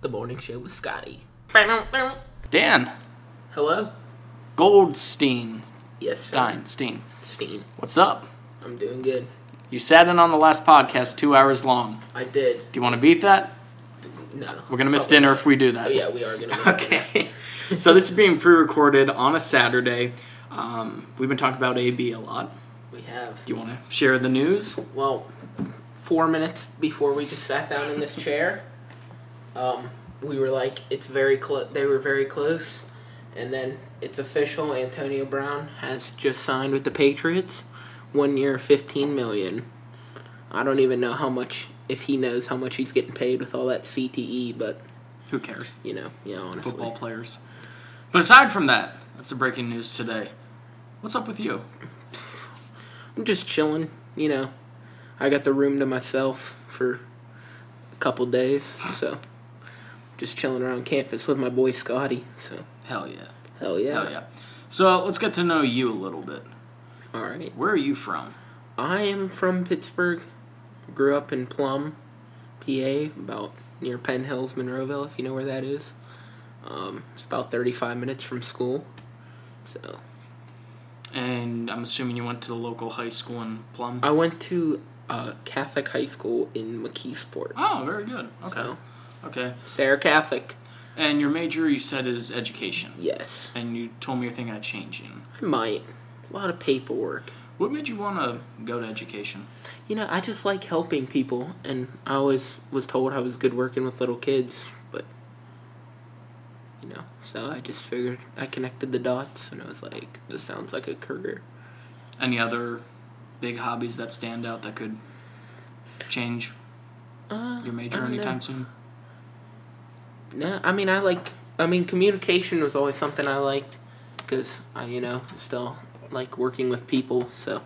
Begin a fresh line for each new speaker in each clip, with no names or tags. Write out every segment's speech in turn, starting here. The morning show with Scotty.
Dan
Hello?
Goldstein.
Yes, sir.
Stein. Steen.
Steen.
What's up?
I'm doing good.
You sat in on the last podcast two hours long.
I did.
Do you want to beat that?
No.
We're going to miss
Probably
dinner
not.
if we do
Oh,
that.
yeah, we are going to miss dinner.
Okay. so this is being pre recorded on a Saturday. Um, we've been talking about AB a lot.
We have.
Do you want to share the news?
Well, four minutes before we just sat down in this chair, um, we were like, it's very close. They were very close. And then it's official. Antonio Brown has just signed with the Patriots. One year, 15 million. I don't even know how much, if he knows how much he's getting paid with all that CTE, but,
Who cares?
you know, yeah, honestly.
Football players. But aside from that, that's the breaking news today. What's up with you?
I'm just chilling, you know. I got the room to myself for a couple days, so just chilling around campus with my boy Scotty. So
Hell yeah.
hell yeah,
Hell yeah. So let's get to know you a little bit.
All right,
Where are you from?
I am from Pittsburgh. Grew up in Plum, PA, about near Penn Hills, Monroeville, if you know where that is. Um, it's about 35 minutes from school. So
And I'm assuming you went to the local high school in Plum.
I went to uh, Catholic high school in McKeesport.
Oh, very good. Okay.
So
Okay.
Sarah Catholic,
And your major you said is education.
yes.
And you told me you're thinking of changing.
I might. It's a lot of paperwork.
What made you want to go to education?
You know, I just like helping people, and I always was told I was good working with little kids, but, you know, so I just figured I connected the dots, and I was like, this sounds like a career.
Any other big hobbies that stand out that could change
Uh,
your
I
major
don't know.
anytime soon?
No, I mean, I like, I mean, communication was always something I liked, because I, you know, still like working with people, so.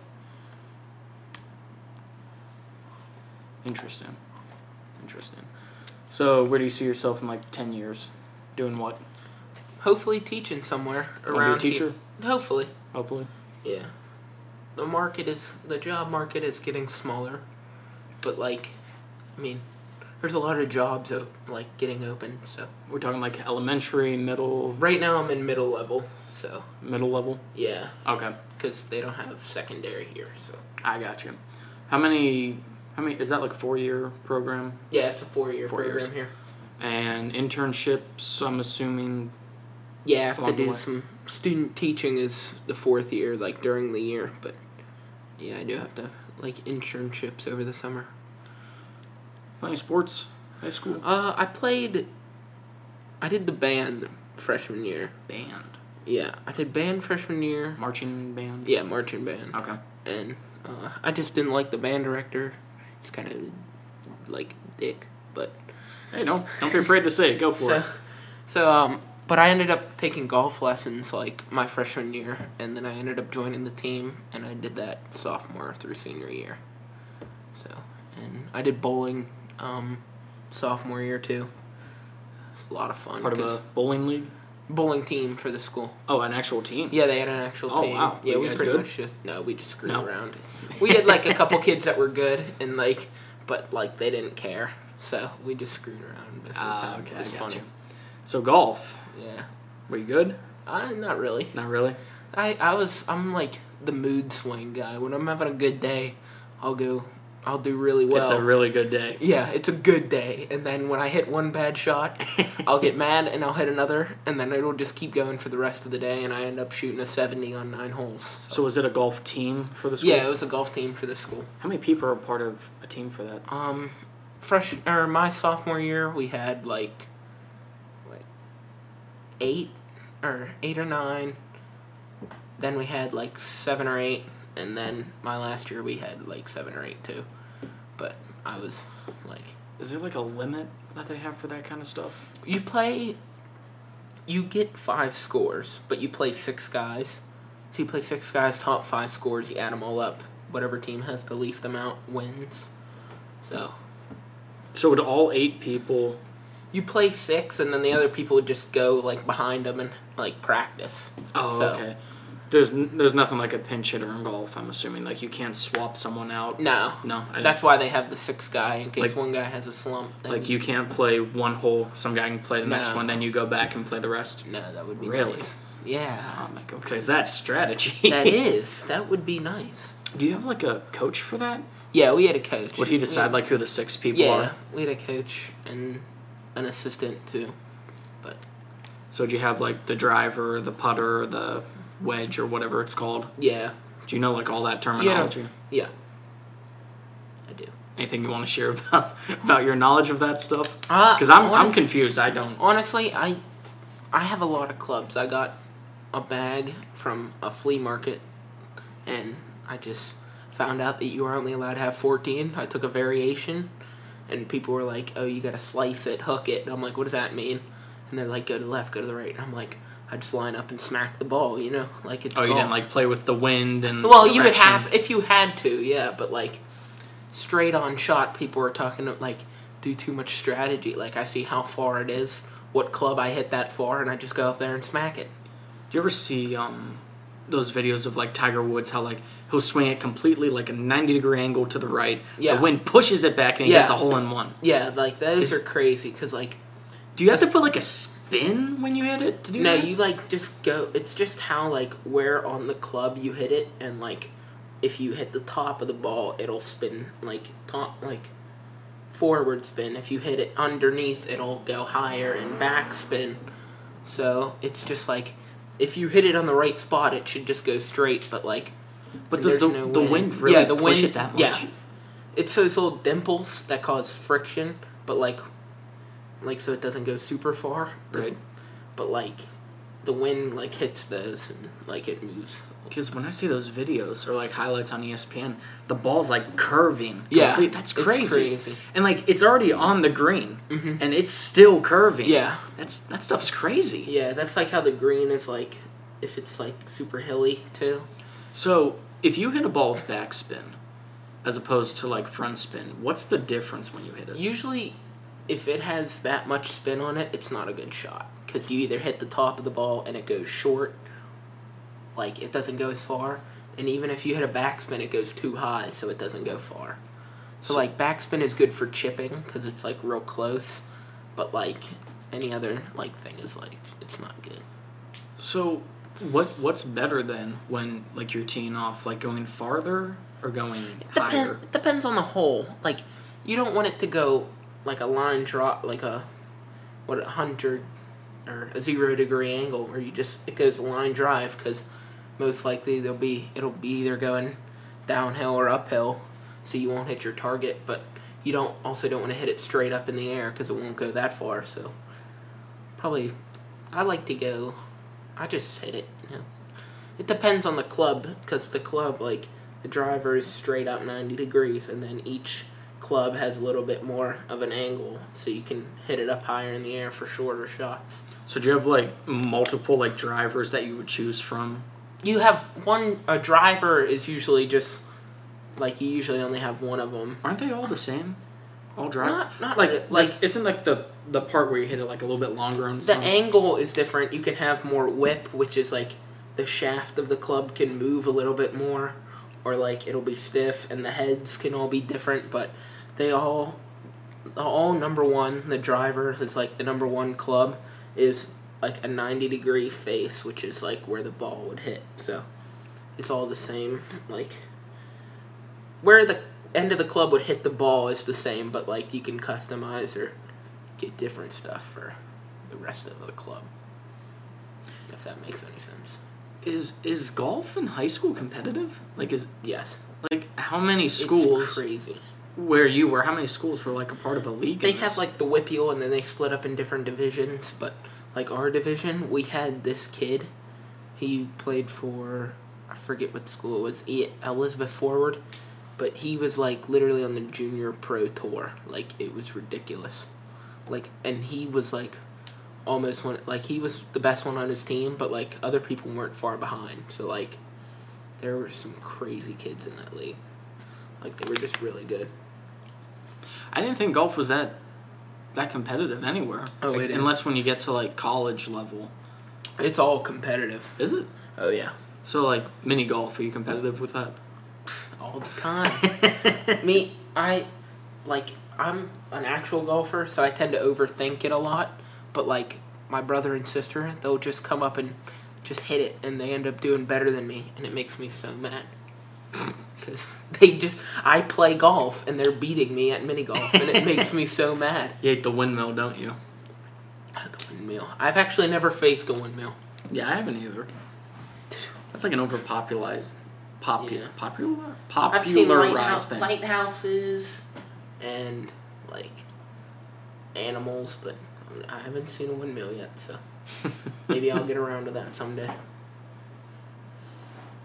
Interesting. Interesting. So, where do you see yourself in like 10 years? Doing what?
Hopefully teaching somewhere
Wanna be a
around here.
teacher?
Hopefully.
Hopefully.
Yeah. The market is the job market is getting smaller. But like I mean, there's a lot of jobs o- like getting open, so
We're talking like elementary, middle,
right now I'm in middle level, so
middle level.
yeah,
Okay.
cuz they don't have secondary here, so
I got you. How many? How many? Is that like a four-year program
yeah, it's a 4-year
Four
program
years.
here.
and internships? I'm assuming.
Yeah, I have to
Along the
do
way.
some student teaching is the 4th year like during the year, but yeah, I do have to like internships over the summer.
Playing sports, high school
Uh I played I did the band freshman year.
band,
Yeah, I did band freshman year.
marching band.
Yeah, marching band.
Okay.
And uh, I just didn't like the band director. He's kind of like a dick, but
Hey, don't don't be afraid to say it. Go for
so
it.
so um. But I ended up taking golf lessons like my freshman year, and then I ended up joining the team, and I did that sophomore through senior year. So, and I did bowling um, sophomore year too. It's a lot of fun.
Part of
'cause
a bowling league.
bowling team for the school.
Oh, an actual team.
Yeah, they had an actual
Oh,
team.
wow.
Yeah,
Were you
we
guys
pretty
good?
much just no, we just screwed
No.
around. We had like a couple kids that were good and like, but like they didn't care, so we just screwed around most of the
Ah,
time.
okay,
it
I
was
got
funny.
you. So golf.
Yeah,
Were you good?
I not really.
Not really.
I I was I'm like the mood swing guy. When I'm having a good day, I'll go. I'll do really well.
it's a really good day.
yeah, it's a good day, and then when I hit one bad shot, I'll get mad and I'll hit another, and then it'll just keep going for the rest of the day, and I end up shooting a seventy on nine holes.
So was it a golf team for the school?
Yeah, it was a golf team for the school.
How many people are part of a team for that?
Um, fresh or my sophomore year, we had like, like, eight or eight or nine. Then we had like seven or eight, and then my last year we had like seven or eight too. But I was like,
Is there like a limit that they have for that kind of stuff?
you play, you get five scores, but you play six guys. So you play six guys, top five scores, you add them all up. Whatever team has the least amount wins. So
So would all eight people?
you play six, and then the other people would just go like behind them and like practice.
Oh,
So-
okay. There's n- there's nothing like a pinch hitter in golf. I'm assuming like you can't swap someone out.
No.
No, I
That's why they have the six guy in case
Like-
one guy has a slump. then-
like you can't play one hole. Some guy can play the next
No.
one, then you go back and play the rest.
No, that would be
Really?
nice. Yeah.
I'm like, okay, is that strategy?
That is. That would be nice.
Do you have like a coach for that?
Yeah, we had a coach.
Would he decide like who the six people
Yeah,
are?
we had a coach and an assistant too. But
So do you have like the driver, the putter, the wedge, or whatever it's called?
yeah,
Do you know like all that
yeah,
terminology?
yeah. I do.
Anything you want to share about about your knowledge of that stuff?
Uh,
Because I'm I'm
honest-
confused. I don't.
Um, Honestly, I I have a lot of clubs. I got a bag from a flea market, and I just found out that you are only allowed to have 14. I took a variation, and people were like, "Oh, you gotta slice it, hook it." And I'm like, "What does that mean?" And they're like, "Go to the left, go to the right." And I'm like, "I just line up and smack the ball, you know, like it's."
Oh, you didn't
golf."
like play with the wind and.
Well, you would
direction?
have if you had to, yeah. But like, straight on shot, people are talking of, like do too much strategy. Like I see how far it is, what club I hit that far, and I just go up there and smack it.
Do you ever see um, those videos of like Tiger Woods, how like he'll swing it completely like a ninety degree angle to the right.
Yeah.
The wind pushes it back and he
Yeah.
gets a hole in one.
Yeah, like those
Is-
are crazy because like
Do you have to put like a spin when you hit it to do
no,
that?
you like just go. It's just how like where on the club you hit it, and like if you hit the top of the ball, it'll spin like top like forward spin. If you hit it underneath, it'll go higher and back spin. So it's just like if you hit it on the right spot, it should just go straight. But like
But
there's
does the,
no
the
wind.
wind really
Yeah, the
push
wind-
it that much?
yeah. it's those little dimples that cause friction, but like, like so it doesn't go super far.
Right.
But like, the wind like hits those and like it moves.
Because when I see those videos or like highlights on E ESPN, the ball's like curving.
Yeah,
complete- that's
it's
crazy.
crazy. Mm-hmm.
And like it's already on the green, and it's still curving.
Yeah.
that's that stuff's crazy.
Yeah, that's like how the green is like, if it's like super hilly too.
So if you hit a ball with backspin, as opposed to like front spin, what's the difference when you hit it?
Usually, if it has that much spin on it, it's not a good shot because you either hit the top of the ball and it goes short, like it doesn't go as far, and even if you hit a backspin, it goes too high, so it doesn't go far. So like backspin is good for chipping because it's like real close, but like any other like thing is like it's not good.
So what what's better then when like you're teeing off, like going farther or going higher?
Depend, it depends on the hole. Like, you don't want it to go like a line drop, like a what a hundred or a zero degree angle, where you just it goes line drive because most likely there'll be it'll be either going downhill or uphill, so you won't hit your target. But you don't also don't want to hit it straight up in the air because it won't go that far. So probably I like to go. I just hit it. You know. It depends on the club because the club like the driver is straight up ninety degrees, and then each club has a little bit more of an angle, so you can hit it up higher in the air for shorter shots.
So do you have like multiple like drivers that you would choose from?
You have one. A driver is usually just like you usually only have one of them.
Aren't they all the same? All drive
Not- not
like,
really.
like
Like-
isn't like the the part where you hit it like a little bit longer on
The
some
angle is different. You can have more whip, which is like the shaft of the club can move a little bit more, or like it'll be stiff, and the heads can all be different. But they all, all number one. The driver is like the number one club is like a ninety degree face, which is like where the ball would hit. So it's all the same. Like where the end of the club would hit the ball is the same, but like you can customize or get different stuff for the rest of the club. If that makes any sense.
is is golf in high school competitive? Like is
Yes.
like how many
It's
schools
crazy.
where you were, how many schools were like a part of a league?
They
in
have
this?
like the whippeal and then they split up in different divisions, but like our division, we had this kid. He played for I forget what school it was, E- Elizabeth Forward, but he was like literally on the junior pro tour. Like it was ridiculous. Like and he was like almost one like he was the best one on his team, but like other people weren't far behind. So like there were some crazy kids in that league. Like they were just really good.
I didn't think golf was that that competitive anywhere.
Oh,
Like,
it is.
Unless when you get to like college level,
It's all competitive.
is it?
Oh yeah.
So like mini golf, are you competitive with that?
all the time. Me, I like I'm an actual golfer, so I tend to overthink it a lot. But like my brother and sister, they'll just come up and just hit it, and they end up doing better than me, and it makes me so mad. Because they just, I play golf, and they're beating me at mini golf, and it makes me so mad.
You hate the windmill, don't you?
Oh, the windmill. I've actually never faced a windmill.
Yeah, I haven't either. That's like an overpopulized, popu-
Yeah.
popular,
I've seen lighthouse,
popularized thing.
lighthouses and like animals, but I haven't seen a windmill yet, so maybe I'll get around to that someday.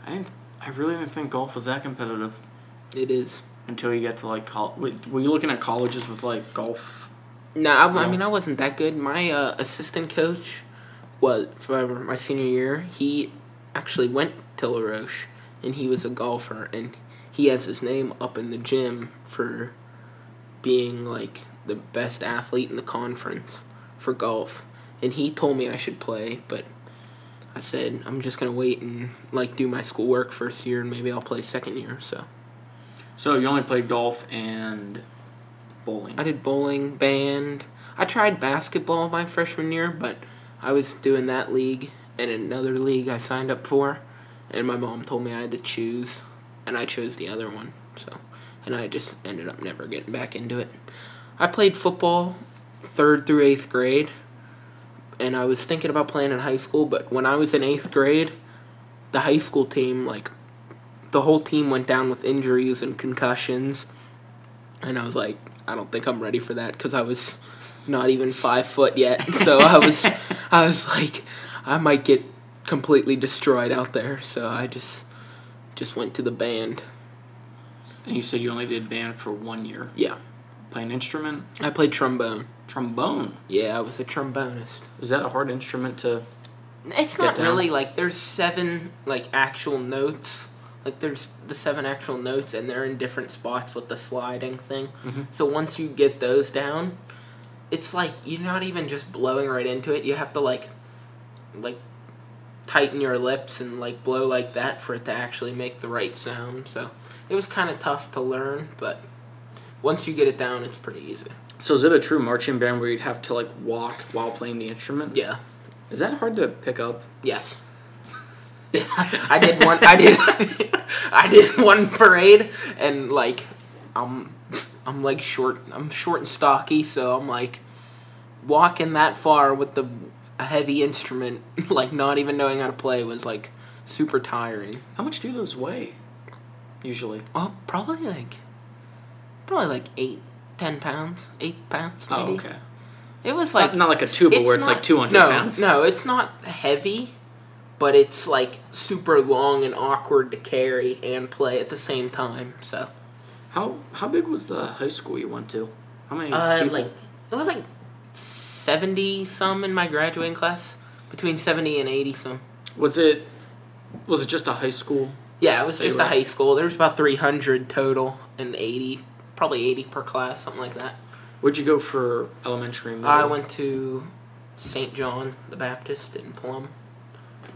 I didn't, I really didn't think golf was that competitive
It is.
until you get to like college. Were you looking at colleges with like golf?
No, I, I
Yeah.
mean I wasn't that good. My uh, assistant coach was for my senior year. He actually went to La Roche, and he was a golfer, and he has his name up in the gym for being like the best athlete in the conference for golf. And he told me I should play, but I said I'm just gonna wait and like do my schoolwork first year, and maybe I'll play second year. So
So you only played golf and bowling.
I did bowling, band. I tried basketball my freshman year, but I was doing that league and another league I signed up for, and my mom told me I had to choose, and I chose the other one. So, and I just ended up never getting back into it. I played football third through eighth grade, and I was thinking about playing in high school, but when I was in eighth grade, the high school team, like, the whole team went down with injuries and concussions and I was like, I don't think I'm ready for that because I was not even five foot yet. So I was, I was like, I might get completely destroyed out there. So I just, just went to the band.
and you said you only did band for one year.
Yeah,
Play an instrument?
I played trombone.
Trombone.
Yeah, I was a trombonist.
Is that a hard instrument to?
It's not
down.
really like there's seven like actual notes. Like there's the seven actual notes and they're in different spots with the sliding thing. So once you get those down, it's like you're not even just blowing right into it. You have to like like tighten your lips and like blow like that for it to actually make the right sound. So it was kind of tough to learn, but once you get it down, it's pretty easy.
So is it a true marching band where you'd have to like walk while playing the instrument?
Yeah.
Is that hard to pick up?
Yes. I did one. I did. I did one parade, and like, I'm, I'm like short. I'm short and stocky, so I'm like, walking that far with the a heavy instrument, like not even knowing how to play, was like super tiring.
How much do those weigh? Usually.
Well, probably like, probably like eight, ten pounds, eight pounds maybe.
Oh, okay.
It was
It's
like
not, not like a tuba where it's like
not-
200
no,
pounds.
No, it's not heavy, but it's like super long and awkward to carry and play at the same time. So,
How how big was the high school you went to? How many
uh,
Hmm, people?
like it was like seventy some in my graduating class, between seventy and eighty some.
was it was it just a high school?
Yeah, it was
So
just
you
a
were-
high school. There was about three hundred total and eighty, probably eighty per class, something like that.
Where'd you go for elementary? and Middle?
I went to St. John the Baptist in Plum,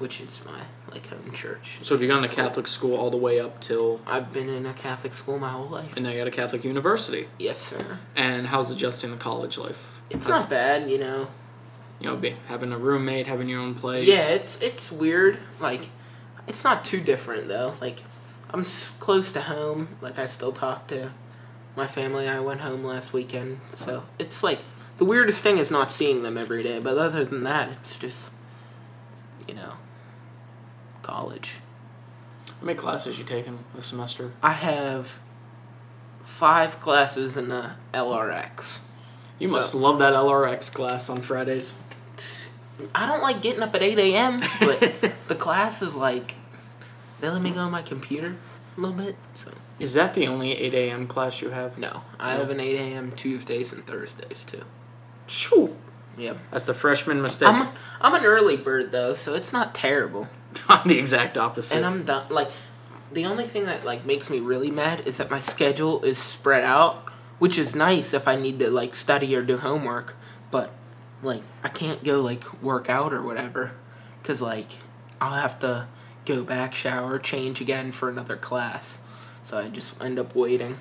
which is my like home church.
So have you gone to
So-
Catholic school all the way up till
I've been in a Catholic school my whole life.
and now you got a Catholic university?
Yes, sir.
And how's adjusting the college life?
It's
How's-
not bad, you know.
you know, be, having a roommate, having your own place.
Yeah, it's it's weird. Like, it's not too different though. Like, I'm s- close to home. Like, I still talk to my family. I went home last weekend, so it's like the weirdest thing is not seeing them every day. But other than that, it's just, you know, college.
How many classes you taking this semester?
I have five classes in the LRX.
You
So-
must love that LRX class on Fridays.
I don't like getting up at 8 a.m., but the class is like, they let me go on my computer a little bit. So,
Is that the only 8 a.m. class you have?
no. I have an 8 a.m. Tuesdays and Thursdays, too.
Shoo.
Yep.
That's the freshman mistake.
I'm, I'm an early bird, though, so it's not terrible.
I'm the exact opposite.
And I'm done. Like, the only thing that, like, makes me really mad is that my schedule is spread out, which is nice if I need to, like, study or do homework, but, like, I can't go, like, work out or whatever. Because, like, I'll have to go back, shower, change again for another class. So I just end up waiting.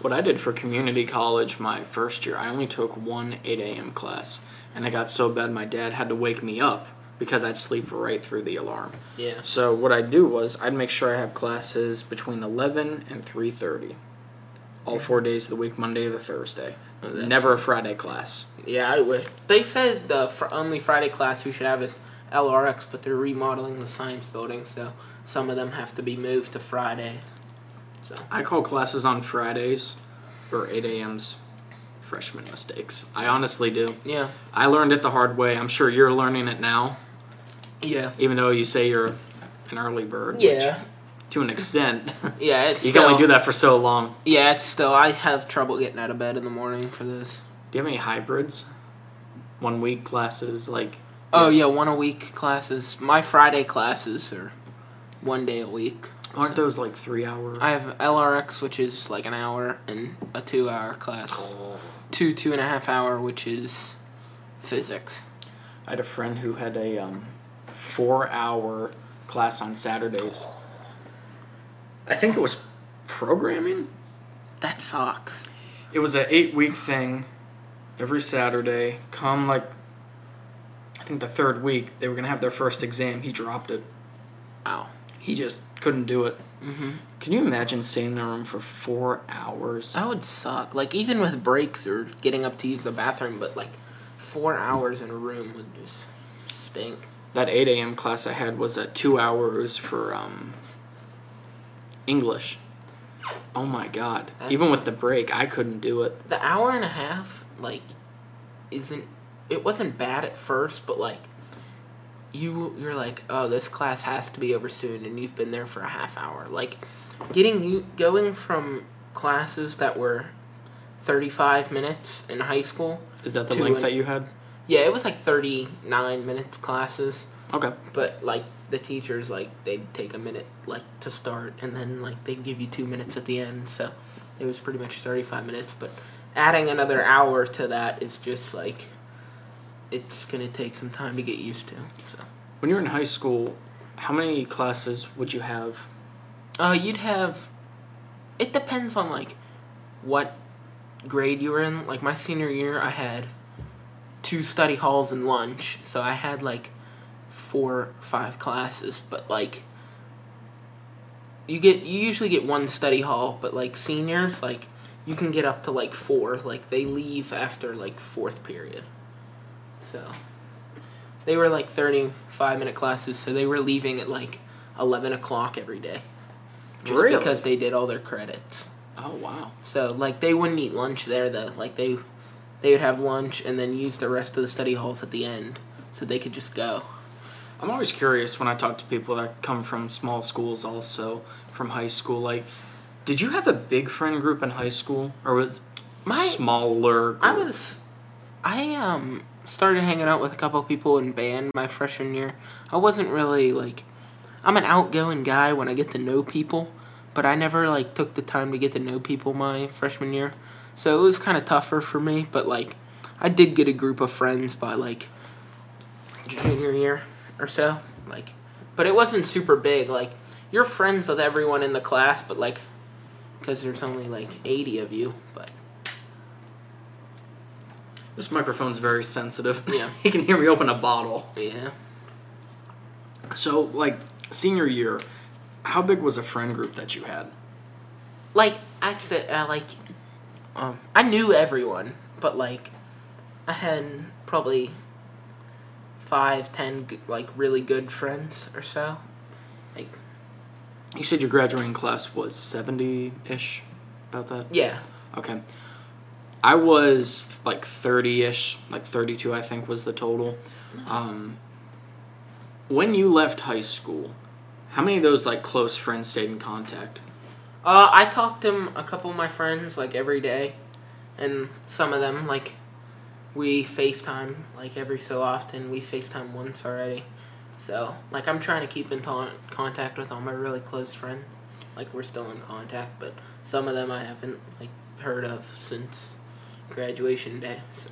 What I did for community college my first year, I only took one 8 a.m. class, and I got so bad my dad had to wake me up because I'd sleep right through the alarm.
Yeah.
So what I'd do was I'd make sure I have classes between 11 and 3:30, all four days of the week, Monday to Thursday.
Oh, that's-
Never a Friday class.
Yeah, I would. They said the fr- only Friday class you should have is LRX, but they're remodeling the science building, so some of them have to be moved to Friday. So
I call classes on Fridays or 8 a.m.s freshman mistakes. I honestly do.
yeah,
I learned it the hard way. I'm sure you're learning it now,
yeah,
even though you say you're an early bird.
yeah,
Which, to an extent,
yeah. It's
you can
still,
only do that for so long.
Yeah, it's still. I have trouble getting out of bed in the morning for this.
Do you have any hybrids? One week classes, like
Oh yeah, one a week classes. My Friday classes are one day a week.
aren't those like three hour?
I have LRX, which is like an hour, and a two-hour class. Two two and a half hour, which is physics.
I had a friend who had a um, four hour class on Saturdays. I think it was programming.
That sucks.
It was an eight week thing every Saturday. Come like, I think the third week, they were going to have their first exam. He dropped it.
Wow.
He just couldn't do it. Mm-hmm. Can you imagine sitting in a room for four hours?
That would suck. Like even with breaks or getting up to use the bathroom, but like four hours in a room would just stink.
That 8 a.m. class I had was at two hours for um, English. Oh my god. Even
That's-
with the break, I couldn't do it.
The hour and a half, like, isn't it wasn't bad at first, but like you you're like, oh, this class has to be over soon, and you've been there for a half hour. Like getting you going from classes that were thirty five minutes in high school.
Is that the
to
length
an-
that you had?
Yeah, it was like thirty nine minutes classes.
Okay.
But like the teachers, like they'd take a minute like to start, and then like they'd give you two minutes at the end. So it was pretty much thirty five minutes. But adding another hour to that is just like it's gonna take some time to get used to. So
When you were in high school, how many classes would you have?
uh, you'd have it depends on like what grade you were in. Like my senior year, I had two study halls and lunch, so I had like four five classes, but like you get you usually get one study hall, but like seniors like you can get up to like four, like they leave after like fourth period. So they were like 35 minute classes, so they were leaving at like 11 o'clock every day. Just
Really?
because they did all their credits.
Oh wow.
So like they wouldn't eat lunch there though. Like they they would have lunch and then use the rest of the study halls at the end so they could just go.
I'm always curious when I talk to people that come from small schools also from high school like did you have a big friend group in high school or was
My-
smaller group?
I was I um started hanging out with a couple people in band my freshman year. I wasn't really like I'm an outgoing guy when I get to know people, but I never like took the time to get to know people my freshman year. So it was kind of tougher for me, but like I did get a group of friends by like junior year or so. Like, but it wasn't super big. Like, you're friends with everyone in the class, but like, because there's only like 80 of you. But
This microphone's very sensitive.
Yeah.
you can hear me open a bottle.
yeah,
So, like, senior year, how big was a friend group that you had?
like I said, I like, um, I knew everyone, but like, I had probably five, ten g- like really good friends or so. Like,
You said your graduating class was 70 ish, about that?
yeah,
Okay. I was like 30 ish, like 32, I think was the total. Um, when you left high school, how many of those like close friends stayed in contact?
Uh, I talked to a couple of my friends like every day, and some of them like we FaceTime like every so often. We FaceTime once already, so like I'm trying to keep in ta- contact with all my really close friends. Like we're still in contact, but some of them I haven't like heard of since graduation day. So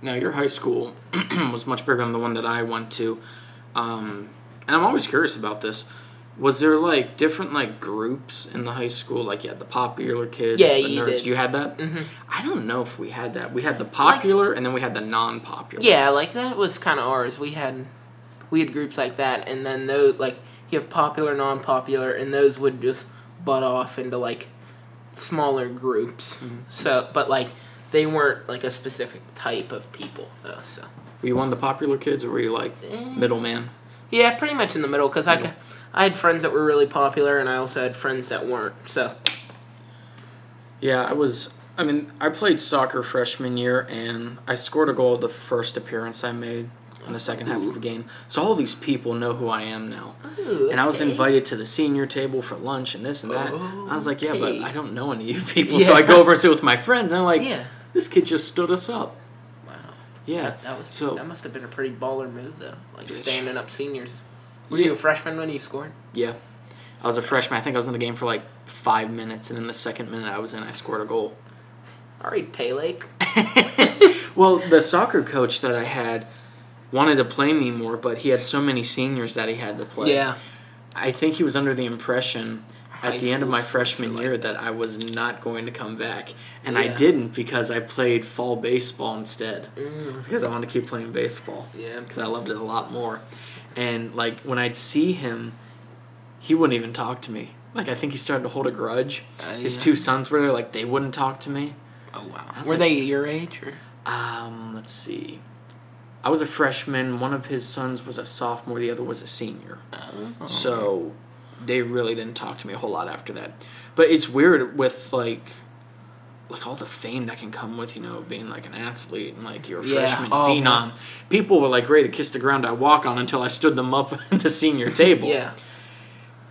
Now, your high school was much bigger than the one that I went to. Um, and I'm always curious about this. Was there like different like groups in the high school? Like you had the popular kids,
Yeah,
the
you
nerds.
did.
You had that.
Mhm.
I don't know if we had that. We had the popular, and then we had the non-popular.
Yeah, like that was kind of ours. We had we had groups like that, and then those like you have popular, non-popular, and those would just butt off into like smaller groups. So, but like they weren't like a specific type of people though. So
Were you one of the popular kids, or were you like
Eh.
middleman?
yeah, pretty much in the middle because I ca- I had friends that were really popular, and I also had friends that weren't. So
Yeah, I was. I mean, I played soccer freshman year, and I scored a goal the first appearance I made in the second half of the game. So all these people know who I am now.
Ooh,
And I was
okay.
invited to the senior table for lunch and this and that. I was like, yeah, but
Okay.
I don't know any of you people. So I
Yeah.
go over and sit with my friends, and I'm like,
Yeah.
this kid just stood us up.
Wow,
Yeah,
that was
so.
that must have been a pretty baller move though, like
Ish.
standing up seniors. Were
Yeah.
you a freshman when you scored?
Yeah. I was a freshman. I think I was in the game for like five minutes, and then the second minute I was in, I scored a goal.
All right, Paylake.
Well, the soccer coach that I had wanted to play me more, but he had so many seniors that he had to play.
Yeah.
I think he was under the impression
High
at the end of
school
my
sports are
freshman
like
year that I was not going to come back. And I
Yeah.
didn't because I played fall baseball instead.
Mm.
Because I wanted to keep playing baseball.
Yeah.
Because I loved it a lot more. And like when I'd see him, he wouldn't even talk to me. Like I think he started to hold a grudge.
Uh,
His
yeah.
two sons were there, like they wouldn't talk to me.
Oh wow.
was
Were
like-
they your age or?
Um, let's see. I was a freshman. One of his sons was a sophomore. The other was a senior.
Uh-huh.
So they really didn't talk to me a whole lot after that. But it's weird with like, like all the fame that can come with you know being like an athlete and like you're a
Yeah.
freshman
Oh,
phenom.
my-
People were like ready to kiss the ground I walk on until I stood them up at the senior table.
Yeah.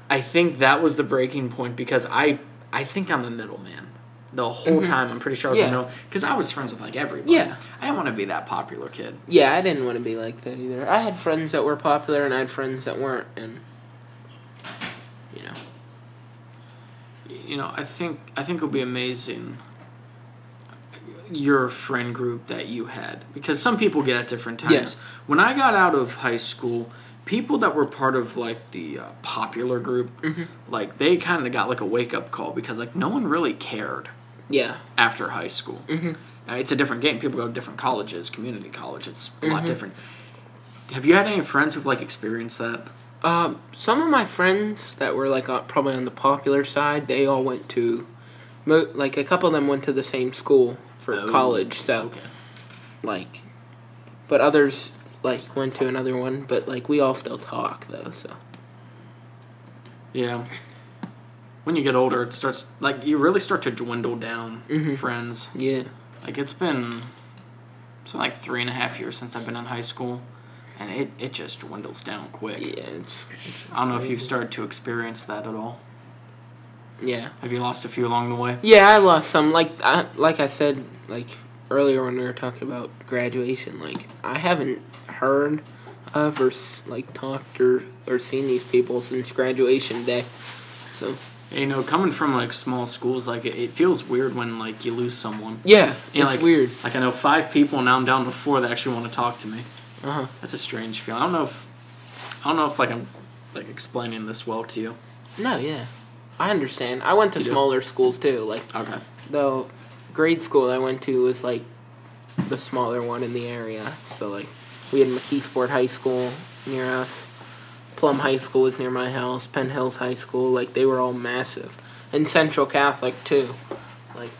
I think that was the breaking point because I I think I'm the middleman. The whole time, I'm pretty sure I was
Mm-hmm. Yeah.
the middle because I was friends with like everybody.
Yeah.
I didn't want to be that popular kid.
Yeah, I didn't want to be like that either. I had friends that were popular and I had friends that weren't, and you know.
You know, I think I think it'll be amazing your friend group that you had because some people get at different times.
Yeah.
When I got out of high school, people that were part of like the uh, popular group,
Mm-hmm.
like they kind of got like a wake up call because like no one really cared.
Yeah.
after high school.
Mm-hmm.
Uh, it's a different game. People go to different colleges, community college. It's a
Mm-hmm.
lot different. Have you had any friends who've like experienced that?
Um, some of my friends that were like on, probably on the popular side, they all went to, mo- like a couple of them went to the same school for
Oh,
college. So
Okay.
like, but others like went to another one. But like we all still talk though. So
Yeah. When you get older, it starts like you really start to dwindle down
Mm-hmm.
friends.
yeah.
Like it's been, it's been like three and a half years since I've been in high school, and it it just dwindles down quick.
Yeah. It's, it's,
I don't know if you've started to experience that at all.
yeah.
Have you lost a few along the way?
Yeah, I lost some. Like I, like I said, like earlier when we were talking about graduation, like I haven't heard of or s- like talked or or seen these people since graduation day. So
You know, coming from like small schools, like it, it feels weird when like you lose someone.
yeah,
Yeah,
it's
like,
weird.
Like I know five people and now I'm down to four that actually want to talk to me.
Uh huh.
That's a strange feeling. I don't know if I don't know if like I'm like explaining this well to you.
No, yeah, I understand. I went to
You do?
smaller schools too. Like
Okay.
the grade school I went to was like the smaller one in the area. So like we had McKeesport High School near us. Plum High School was near my house. Penn Hills High School, like they were all massive, and Central Catholic too. Like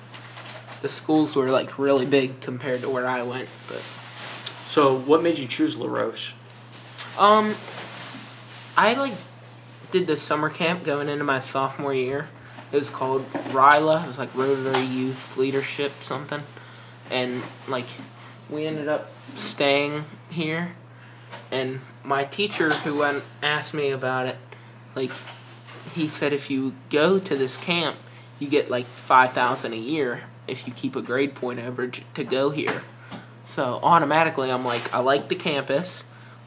the schools were like really big compared to where I went. But
So what made you choose LaRoche?
um, I like did this summer camp going into my sophomore year. It was called RILA. It was like Rotary Youth Leadership something. And like we ended up staying here and my teacher who went asked me about it, like he said if you go to this camp, you get like five thousand a year if you keep a grade point average to go here. So automatically I'm like, I like the campus.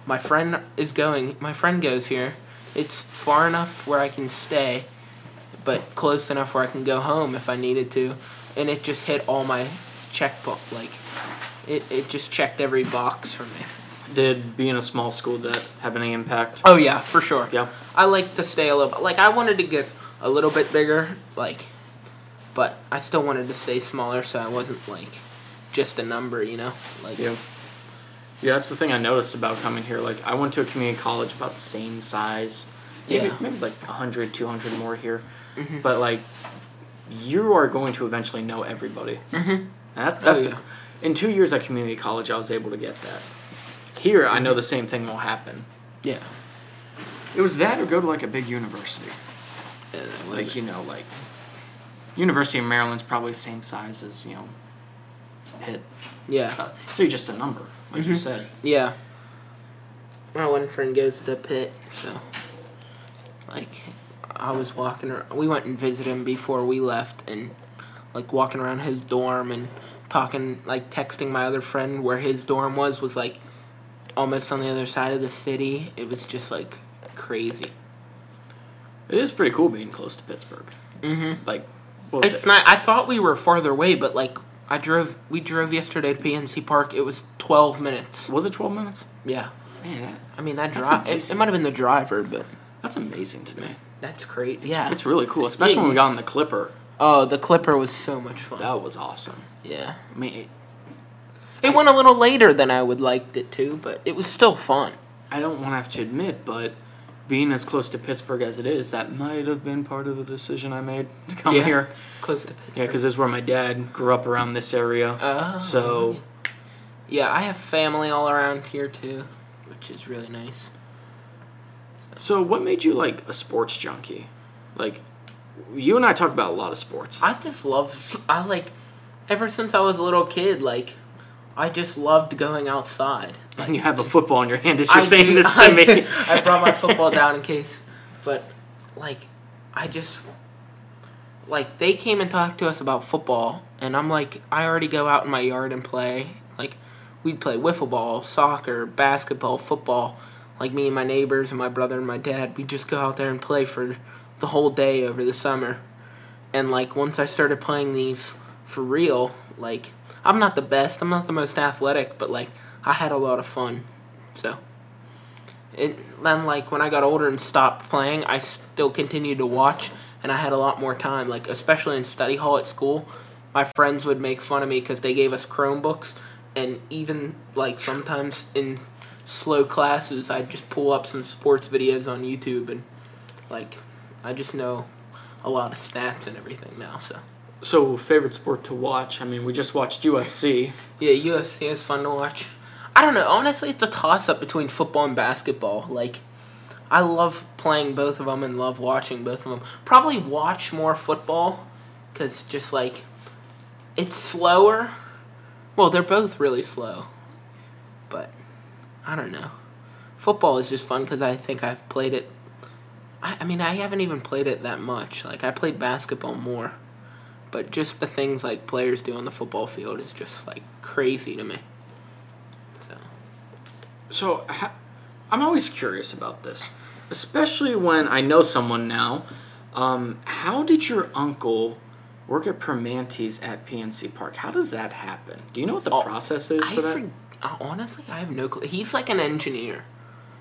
My friend is going my friend goes here. It's far enough where I can stay, but close enough where I can go home if I needed to. And it just hit all my check bo- like it, it just checked every box for me.
did being a small school did that have any impact?
Oh yeah, for sure.
Yeah.
I like to stay a little. Like I wanted to get a little bit bigger, like, but I still wanted to stay smaller, so I wasn't like just a number, you know. Like,
Yeah. Yeah, that's the thing I noticed about coming here. Like, I went to a community college about the same size. Maybe,
Yeah.
maybe it's like 100, 200 more here. But, like, you are going to eventually know everybody. Mm-hmm. That, that's
yeah.
In two years at community college, I was able to get that. Here, I know the same thing will happen.
yeah.
It was that or go to, like, a big university.
Yeah, that was
Like,
it.
you know, like, University of Maryland's probably same size as, you know, Pitt.
yeah.
Uh, So you're just a number, like you said.
Yeah. My one friend goes to the pit, so like I was walking around we went and visited him before we left and like walking around his dorm and talking like texting my other friend where his dorm was was like almost on the other side of the city. It was just like crazy.
It is pretty cool being close to Pittsburgh. Mm-hmm. Like, what was
It's
it?
not I thought we were farther away, but like I drove we drove yesterday to PNC Park. It was 12 minutes.
Was it 12 minutes?
Yeah.
Man, that,
I mean that
That's
drive it, it
amazing.
might have been the driver, but
that's amazing to me.
That's great. Yeah.
It's really cool, especially when we got in the Clipper.
oh, the Clipper was so much fun.
That was awesome.
yeah.
I mean, it,
It went a little later than I would liked it to, but it was still fun.
I don't want to have to admit, but being as close to Pittsburgh as it is, that might have been part of the decision I made to come
Yeah.
here.
Close to
Yeah,
Pittsburgh.
because this is where my dad grew up around this area.
Oh.
so,
Yeah, I have family all around here too, which is really nice.
so what made you like a sports junkie? Like, you and I talk about a lot of sports.
I just love. I like. Ever since I was a little kid, like, I just loved going outside.
and you have a football in your hand as you're saying
do-
this to
I
me.
do- I brought my football down in case, but like, I just like they came and talked to us about football, and I'm like, I already go out in my yard and play. Like, we'd play wiffle ball, soccer, basketball, football. Like me and my neighbors and my brother and my dad, we just go out there and play for the whole day over the summer. And like once I started playing these for real, like I'm not the best, I'm not the most athletic, but like I had a lot of fun. So and then like when I got older and stopped playing, I still continued to watch, and I had a lot more time. Like especially in study hall at school, my friends would make fun of me because they gave us Chromebooks, and even like sometimes in slow classes, I'd just pull up some sports videos on YouTube, and like I just know a lot of stats and everything now. So
So, favorite sport to watch? I mean, we just watched UFC.
yeah, UFC is fun to watch. I don't know. Honestly, it's a toss up between football and basketball. Like, I love playing both of them and love watching both of them. Probably watch more football because just like it's slower. Well, they're both really slow, but I don't know. Football is just fun because I think I've played it. I, I mean, I haven't even played it that much. Like, I played basketball more but just the things like players do on the football field is just like crazy to me. So
So, ha- I'm always curious about this, especially when I know someone now. Um, how did your uncle work at Permantes at PNC Park? How does that happen? Do you know what the process is
Oh, I
for that?
for, I- honestly I have no clue. He's like an engineer,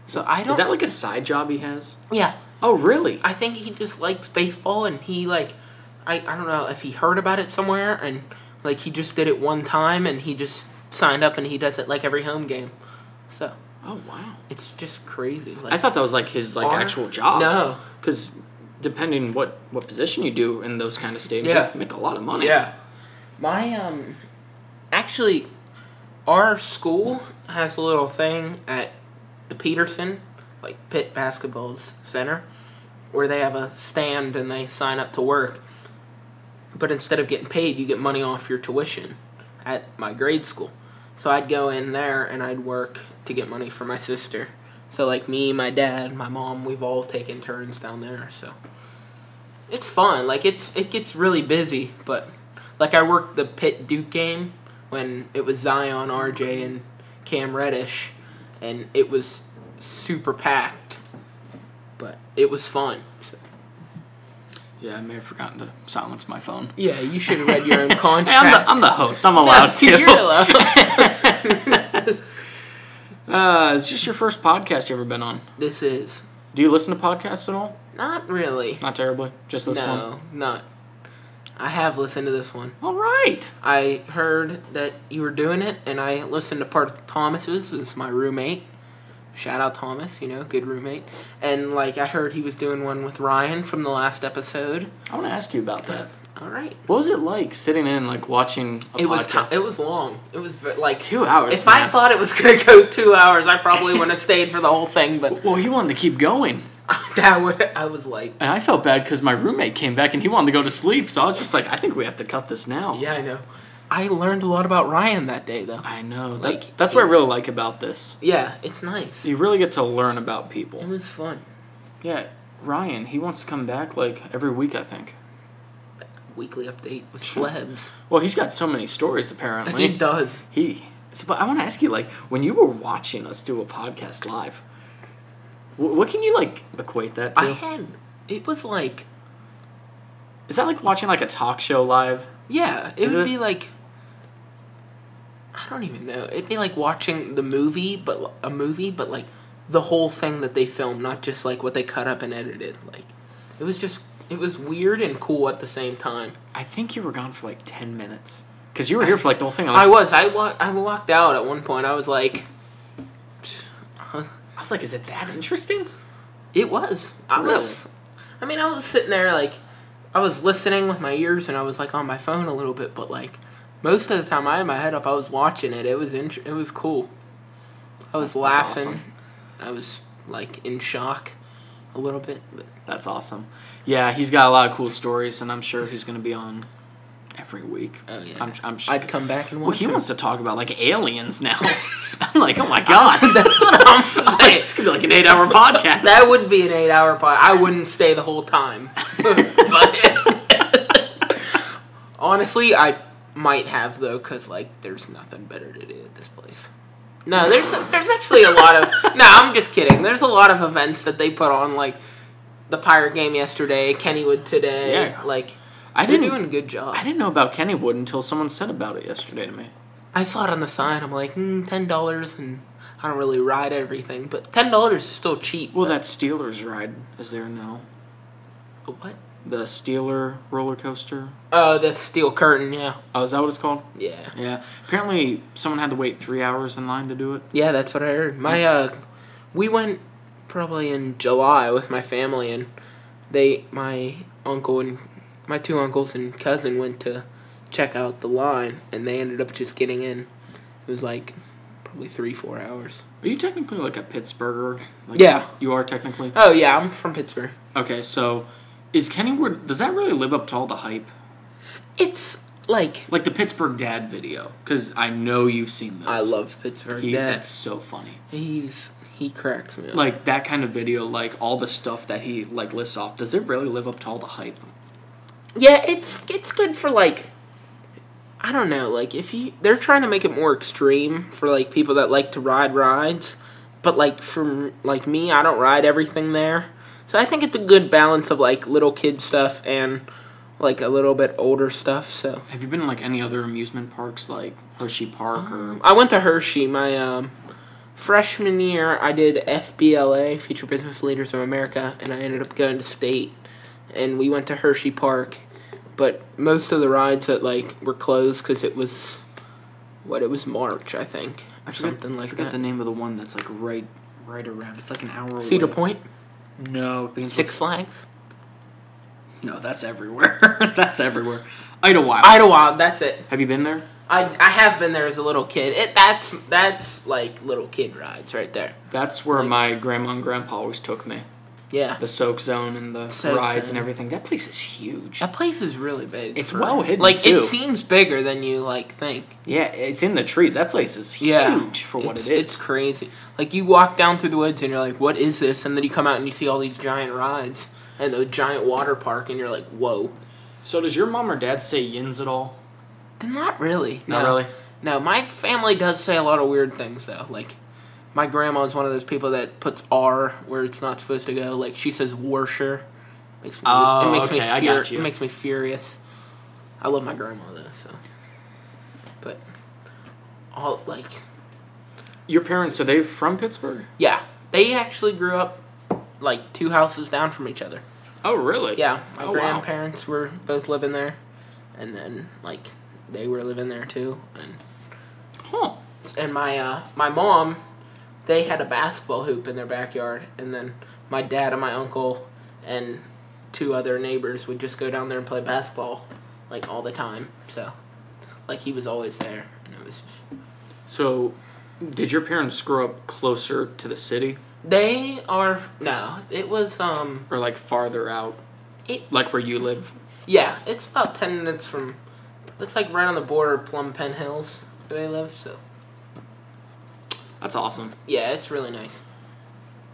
so I don't.
Is that like a side job he has?
yeah?
Oh, really?
I think he just likes baseball and he like I I don't know if he heard about it somewhere and like he just did it one time and he just signed up and he does it like every home game. So
oh, wow.
it's just crazy. Like
I thought that was like his like
Or-
actual job.
No.
because depending what what position you do in those kind of stages,
Yeah.
you make a lot of money.
Yeah. My um actually our school has a little thing at the Peterson, like Pitt Basketball's center, where they have a stand and they sign up to work. But instead of getting paid, you get money off your tuition at my grade school. So I'd go in there and I'd work to get money for my sister. So like me, my dad, my mom, we've all taken turns down there, so it's fun. Like it's it gets really busy, but like I worked the Pitt Duke game when it was Zion, RJ, and Cam Reddish, and it was super packed, but it was fun. So.
yeah. I may have forgotten to silence my phone.
Yeah, you should have read your own contract.
Hey, I'm the, I'm the host. I'm allowed to.
You're allowed.
Uh, is this your first podcast you ever been on?
This is
Do you listen to podcasts at all?
not really.
Not terribly. Just this
no,
one.
not. I have listened to this one.
All right.
I heard that you were doing it, and I listened to part of Thomas's. It's my roommate. Shout out Thomas, you know, good roommate. And like I heard he was doing one with Ryan from the last episode.
I want to ask you about that.
All right.
What was it like sitting in, like watching a
It was
podcast?
ti it was long. It was ve- like
two hours.
If I
man.
thought it was gonna go two hours, I probably would have stayed for the whole thing. But
well, he wanted to keep going,
that would I was like,
and I felt bad because my roommate came back and he wanted to go to sleep. So I was just like, I think we have to cut this now.
yeah, I know. I learned a lot about Ryan that day, though.
I know. That,
Like-
that's what I really like about this.
Yeah, it's nice. It
You really get to learn about people.
was fun.
Yeah, Ryan, he wants to come back like every week, I think.
Weekly update with celebs.
Well, he's got so many stories apparently.
He does.
He. So, but I want to ask you, like, when you were watching us do a podcast live, wh- what can you like equate that
I
to?
had. It was like.
Is that like watching like a talk show live?
Yeah, it
Is
would
it-
be like. I don't even know. It'd be like watching the movie, but l- a movie, but like the whole thing that they filmed, not just like what they cut up and edited. Like, it was just. It was weird and cool at the same time.
I think you were gone for like ten minutes because you were here for like the whole thing. I'm
I
like-
was. I wa- I walked out at one point. I was like,
I was like, is it that interesting?
it was. I was. I mean, I was sitting there like, I was listening with my ears, and I was like on my phone a little bit, but like, most of the time I had my head up. I was watching it. It was int- It was cool. I was laughing.
awesome.
I was like in shock, a little bit. But
That's awesome. Yeah, he's got a lot of cool stories, and I'm sure he's going to be on every week.
Oh, yeah.
I'm, I'm sure.
I'd come back and watch.
well, he
it.
wants to talk about like aliens now. I'm like, oh my god,
That's what I'm
Like,
saying.
it's gonna be like an eight-hour podcast.
That would be an eight-hour pod. I wouldn't stay the whole time. but honestly, I might have though, cause like there's nothing better to do at this place. No, there's there's actually a lot of. No, I'm just kidding. There's a lot of events that they put on, like the pirate game yesterday, Kennywood today.
Yeah.
Like
I
they're
didn't.
doing a good job.
I didn't know about Kennywood until someone said about it yesterday to me.
I saw it on the sign. I'm like, mm, ten dollars, and I don't really ride everything, but ten dollars is still cheap.
Well, that Steelers ride is there now.
what?
The Steeler roller coaster.
Oh, the steel curtain. Yeah,
Oh, is that what it's called?
yeah.
Yeah. Apparently, someone had to wait three hours in line to do it.
Yeah, that's what I heard. My uh we went probably in July with my family and they my uncle and my two uncles and cousin went to check out the line and they ended up just getting in. It was like probably 3 4 hours.
Are you technically like a Pittsburgher? Like,
Yeah.
You are technically.
Oh yeah, I'm from Pittsburgh.
Okay, so is Kennywood? Does that really live up to all the hype?
It's like
Like the Pittsburgh Dad video, because I know you've seen those.
I love Pittsburgh.
He,
Yeah.
That's so funny.
He's he cracks me up.
Like that kind of video, like all the stuff that he like lists off. Does it really live up to all the hype?
Yeah, it's it's good for like I don't know, like if you they're trying to make it more extreme for like people that like to ride rides, but like from like me, I don't ride everything there. So I think it's a good balance of like little kid stuff and like a little bit older stuff. So
Have you been in like any other amusement parks, like Hershey Park or?
Um, I went to Hershey my um freshman year. I did FBLA, Future Business Leaders of America, and I ended up going to state. And we went to Hershey Park, but most of the rides that like were closed because it was what it was March, I think, or something
I
like
forget
that.
the name of the one that's like right, right around. It's like an hour.
Cedar
away.
Point,
No, it begins with-
Six Flags,
No, that's everywhere. that's everywhere. Idlewild.
Idlewild. That's it.
Have you been there?
I I have been there as a little kid. It that's that's like little kid rides right there.
That's where my grandma and grandpa always took me.
Yeah,
The soak zone and the
Soak zone.
rides and everything. That place is huge.
that place is really big.
It's
for-
well hidden,
Like
too.
it seems bigger than you like think.
Yeah, it's in the trees. That place is huge for what
it's,
it is.
It's crazy. Like you walk down through the woods and you're like, "What is this?" And then you come out and you see all these giant rides and the giant water park, and you're like, "Whoa!"
so does your mom or dad say yins at all?
Not really.
Not
no.
really.
No, my family does say a lot of weird things though. Like, my grandma is one of those people that puts R where it's not supposed to go. Like she says "worsher." Makes me,
Oh,
it makes
okay, I
me fur-
got you.
It makes me furious. I love my grandma though, so. But, all like,
Your parents, so they from Pittsburgh?
Yeah, they actually grew up like two houses down from each other.
Oh, really?
Yeah, my
Oh, wow.
grandparents were both living there, and then like they were living there too, and
Huh.
and my uh, my mom, they had a basketball hoop in their backyard, and then my dad and my uncle and two other neighbors would just go down there and play basketball, like all the time. So, like he was always there, and it was just,
So, did your parents grow up closer to the city
they are no, it was um
or like farther out,
It-
like where you live?
yeah, it's about ten minutes from, it's like right on the border of Plum Pen Hills where they live. So
That's awesome.
yeah, it's really nice.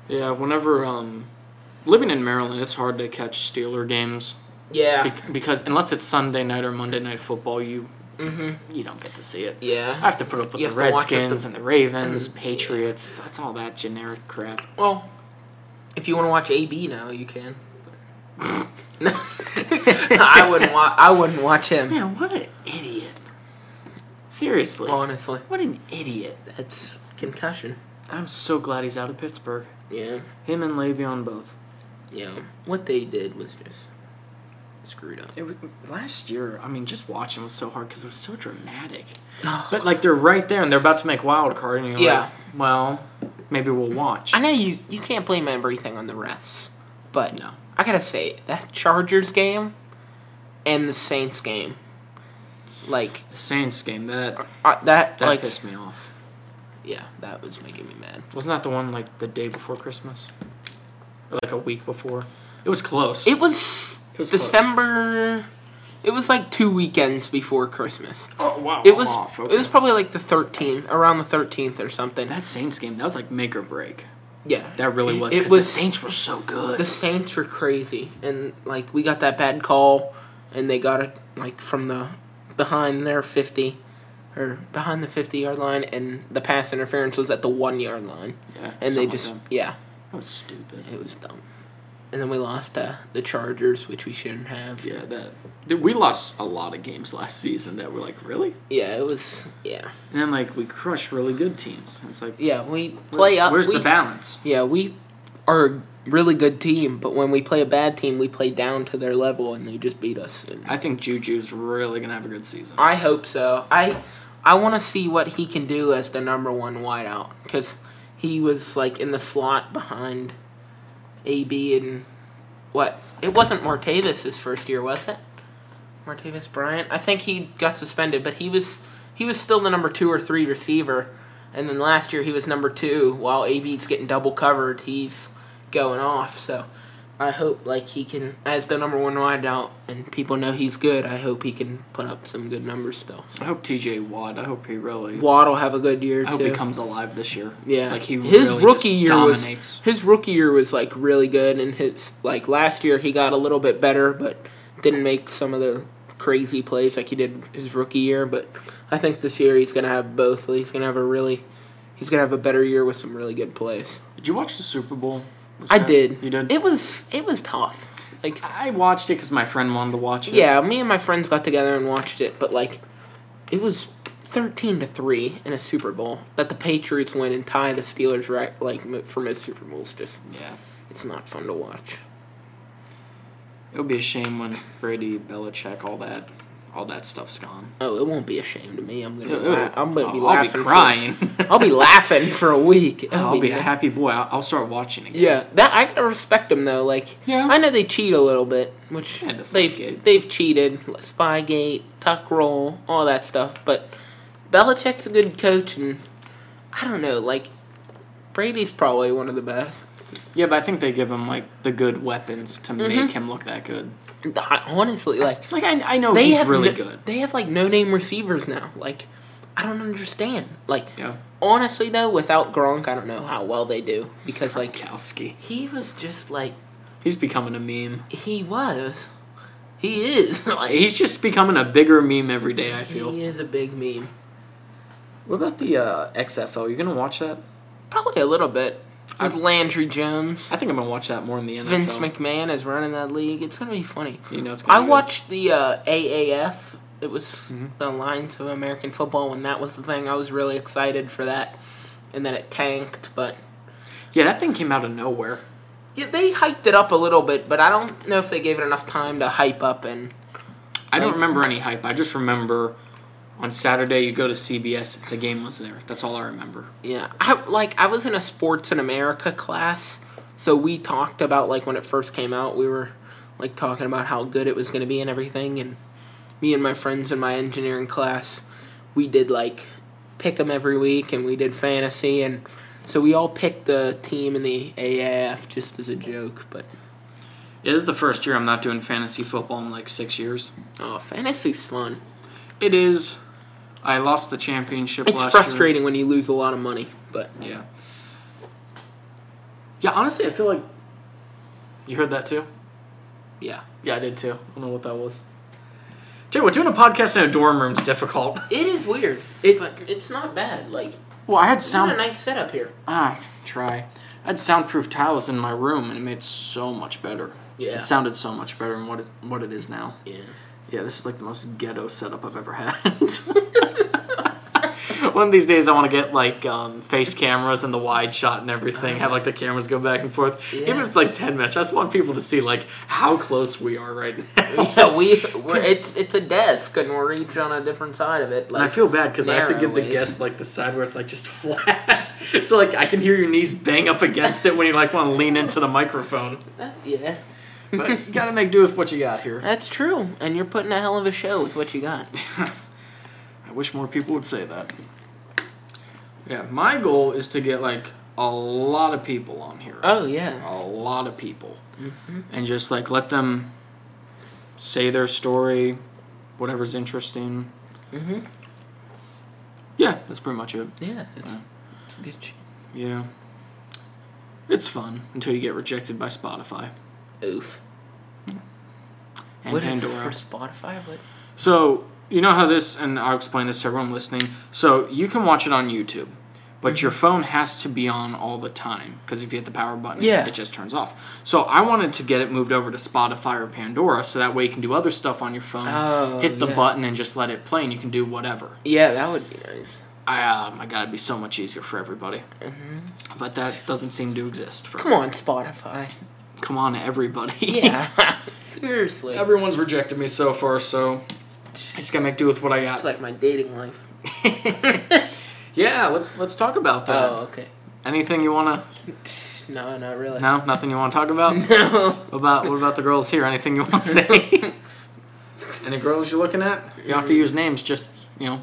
Yeah, whenever um, living in Maryland, it's hard to catch Steeler games
Yeah,
bec- because unless it's Sunday night or Monday night football, you
mm-hmm.
you don't get to see it. I
Yeah.
have to Mm-hmm. put up with
You
the
have to watch it
Redskins
the-
and the Ravens, Patriots. That's all that generic crap.
Well, if you want to watch AB now, you can. No, I wouldn't watch. I wouldn't watch him.
Man, what an idiot! Seriously,
Honestly,
what an idiot!
that's concussion.
I'm so glad he's out of Pittsburgh.
Yeah,
Him and Le'Veon both.
yeah. What they did was just screwed up.
It was, last year, I mean, just watching was so hard because it was so dramatic.
I
But like they're right there and they're about to make wild card, and you're
Yeah.
like, well, maybe we'll watch.
know you. You can't blame everything on the refs, but
No.
I gotta say that Chargers game and the Saints game, like
The Saints game that
I, that,
that
like
pissed me off.
yeah, that was making me mad.
Wasn't that the one like the day before Christmas, or like a week before? It was close.
It was,
It was close.
December. It was like two weekends before Christmas.
oh wow!
It was
I'm off, okay.
it was probably like the 13th, around the 13th or something.
that Saints game. That was like make or break.
yeah,
That really was.
It
'cause
was-
the Saints were so good.
the Saints were crazy, and like we got that bad call, and they got it like from the behind their 50, or behind the 50 yard line, and the pass interference was at the one yard line,
yeah,
and
something
they
like
just
that.
yeah,
that was stupid.
it was dumb. And then we lost uh, the Chargers, which we shouldn't have.
Yeah, that dude, we lost a lot of games last season that were like really,
Yeah, it was. Yeah,
and then like we crushed really good teams. It's like
yeah. We play up.
Where's
we,
the balance?
Yeah, we are a really good team, but when we play a bad team, we play down to their level and they just beat us. And
I think Juju's really gonna have a good season.
I hope so. I I want to see what he can do as the number one wideout because he was like in the slot behind AB and what it wasn't Martavis his first year, was it? Martavis Bryant. I think he got suspended, but he was he was still the number two or three receiver. And then last year he was number two while AB's getting double covered. He's going off. So I hope like he can as the number one wideout and people know he's good. I hope he can put up some good numbers still. So
I hope TJ Watt. I hope he really.
Wadd'll have a good year too.
I hope he comes alive this year.
Yeah,
like he
his
really
rookie
just
year
dominates.
was his rookie year was like really good, and his like last year he got a little bit better, but didn't make some of the crazy plays like he did his rookie year. But I think this year he's gonna have both. He's gonna have a really, he's gonna have a better year with some really good plays.
Did you watch the Super Bowl? Was
I
that-
did.
You did.
It was it was tough. Like
I watched it because my friend wanted to watch it.
yeah, me and my friends got together and watched it, but like it was thirteen to three in a Super Bowl that the Patriots win and tie the Steelers right like mo- for most Super Bowls just.
Yeah.
It's not fun to watch.
It would be a shame when Brady, Belichick, all that, all that stuff's gone.
Oh, it won't be a shame to me. I'm gonna
It'll-
be la- I'm gonna
I'll-
be
I'll
laughing.
be crying.
For, I'll be laughing for a week. It'll
I'll be
na-
a happy boy. I'll, I'll start watching again.
Yeah, that I gotta respect them though. Like,
Yeah.
I know they cheat a little bit, which
Yeah, deflate
they've
gate.
they've cheated, Spygate, Tuck Roll, all that stuff. But Belichick's a good coach, and I don't know. Like, Brady's probably one of the best.
Yeah, but I think they give him like the good weapons to
Mm-hmm.
make him look that good.
I- Honestly, like
Like I, I know
they
he's
have
really
no-
good.
They have like no name receivers now. Like, I don't understand. Like,
Yeah.
honestly though, without Gronk, I don't know how well they do because like
Kowski.
he was just like
He's becoming a meme.
he was, he is like
He's just becoming a bigger meme every day. I feel.
he is a big meme.
What about the uh, XFL? You gonna watch that?
Probably a little bit with
I've-
Landry Jones.
I think I'm gonna watch that more in the NFL.
Vince McMahon is running that league. It's gonna be funny.
You know, it's gonna
I
be good.
watched the uh, AAF.
Mm-hmm.
It was the Alliance of American Football when that was the thing. I was really excited for that and then it tanked. But
Yeah, that thing came out of nowhere.
yeah, they hyped it up a little bit, but I don't know if they gave it enough time to hype up and
I don't
Like-
remember any hype. I just remember on Saturday you go to CBS, the game was there. That's all I remember.
Yeah, I like I was in a sports in America class, so we talked about like when it first came out, we were like talking about how good it was going to be and everything and me and my friends in my engineering class, we did like pick them every week and we did fantasy and so we all picked the team in the AAF just as a joke, but
Yeah, this is the first year I'm not doing fantasy football in like six years.
oh, fantasy's fun.
It is. I lost the championship
It's
last year.
frustrating when you lose a lot of money, but
Yeah. Yeah, honestly, I feel like. You heard that too?
yeah.
Yeah, I did too. I don't know what that was. Jay, what doing a podcast in a dorm room's difficult.
It is weird, it, but it's not bad. Like,
Well, I had
it's not a
sound.
nice setup here.
Ah, try. I had soundproof tiles in my room, and it made so much better.
Yeah.
It sounded so much better than what it, what it is now.
Yeah.
Yeah, this is like the most ghetto setup I've ever had. One of these days, I want to get like um, face cameras and the wide shot and everything. Have like the cameras go back and forth. Even
Yeah.
if it's like ten minutes, I just want people to see like how close we are right now.
yeah, we we're, it's it's a desk, and we're each on a different side of it.
And I
Like,
feel bad because I have to
Narrow
give the
ways.
guest like the side where it's like just flat, so like I can hear your knees bang up against it when you like want to lean into the microphone.
that- yeah,
But you gotta make do with what you got here.
that's true. And you're putting a hell of a show with what you got.
I wish more people would say that. Yeah, my goal is to get like a lot of people on here.
Oh Mm-hmm. yeah,
a lot of people. And just like let them say their story, whatever's interesting. Mm-hmm. Yeah, that's pretty much it.
yeah, it's, it's a good. Sh-
Yeah. It's fun until you get rejected by Spotify
Oof.
and
what if
Pandora.
for Spotify? What?
So you know how this, and I'll explain this to everyone listening. So you can watch it on YouTube, but
Mm-hmm.
your phone has to be on all the time because if you hit the power button,
Yeah.
it just turns off. So I wanted to get it moved over to Spotify or Pandora, so that way you can do other stuff on your phone,
Oh,
hit the
yeah.
button, and just let it play, and you can do whatever.
Yeah, that would be nice.
I, uh, my God, it'd be so much easier for everybody. But that doesn't seem to exist. For
Mm-hmm. Come on, Spotify.
come on, everybody.
Yeah, seriously.
everyone's rejected me so far, so I just gotta make do with what I got.
It's like my dating life.
Yeah, let's let's talk about that.
Oh, okay.
Anything you wanna?
No, not really.
No, nothing you wanna talk about.
No.
What about what about the girls here? Anything you wanna say? Any girls you're looking at? You don't have to use names. Just you know,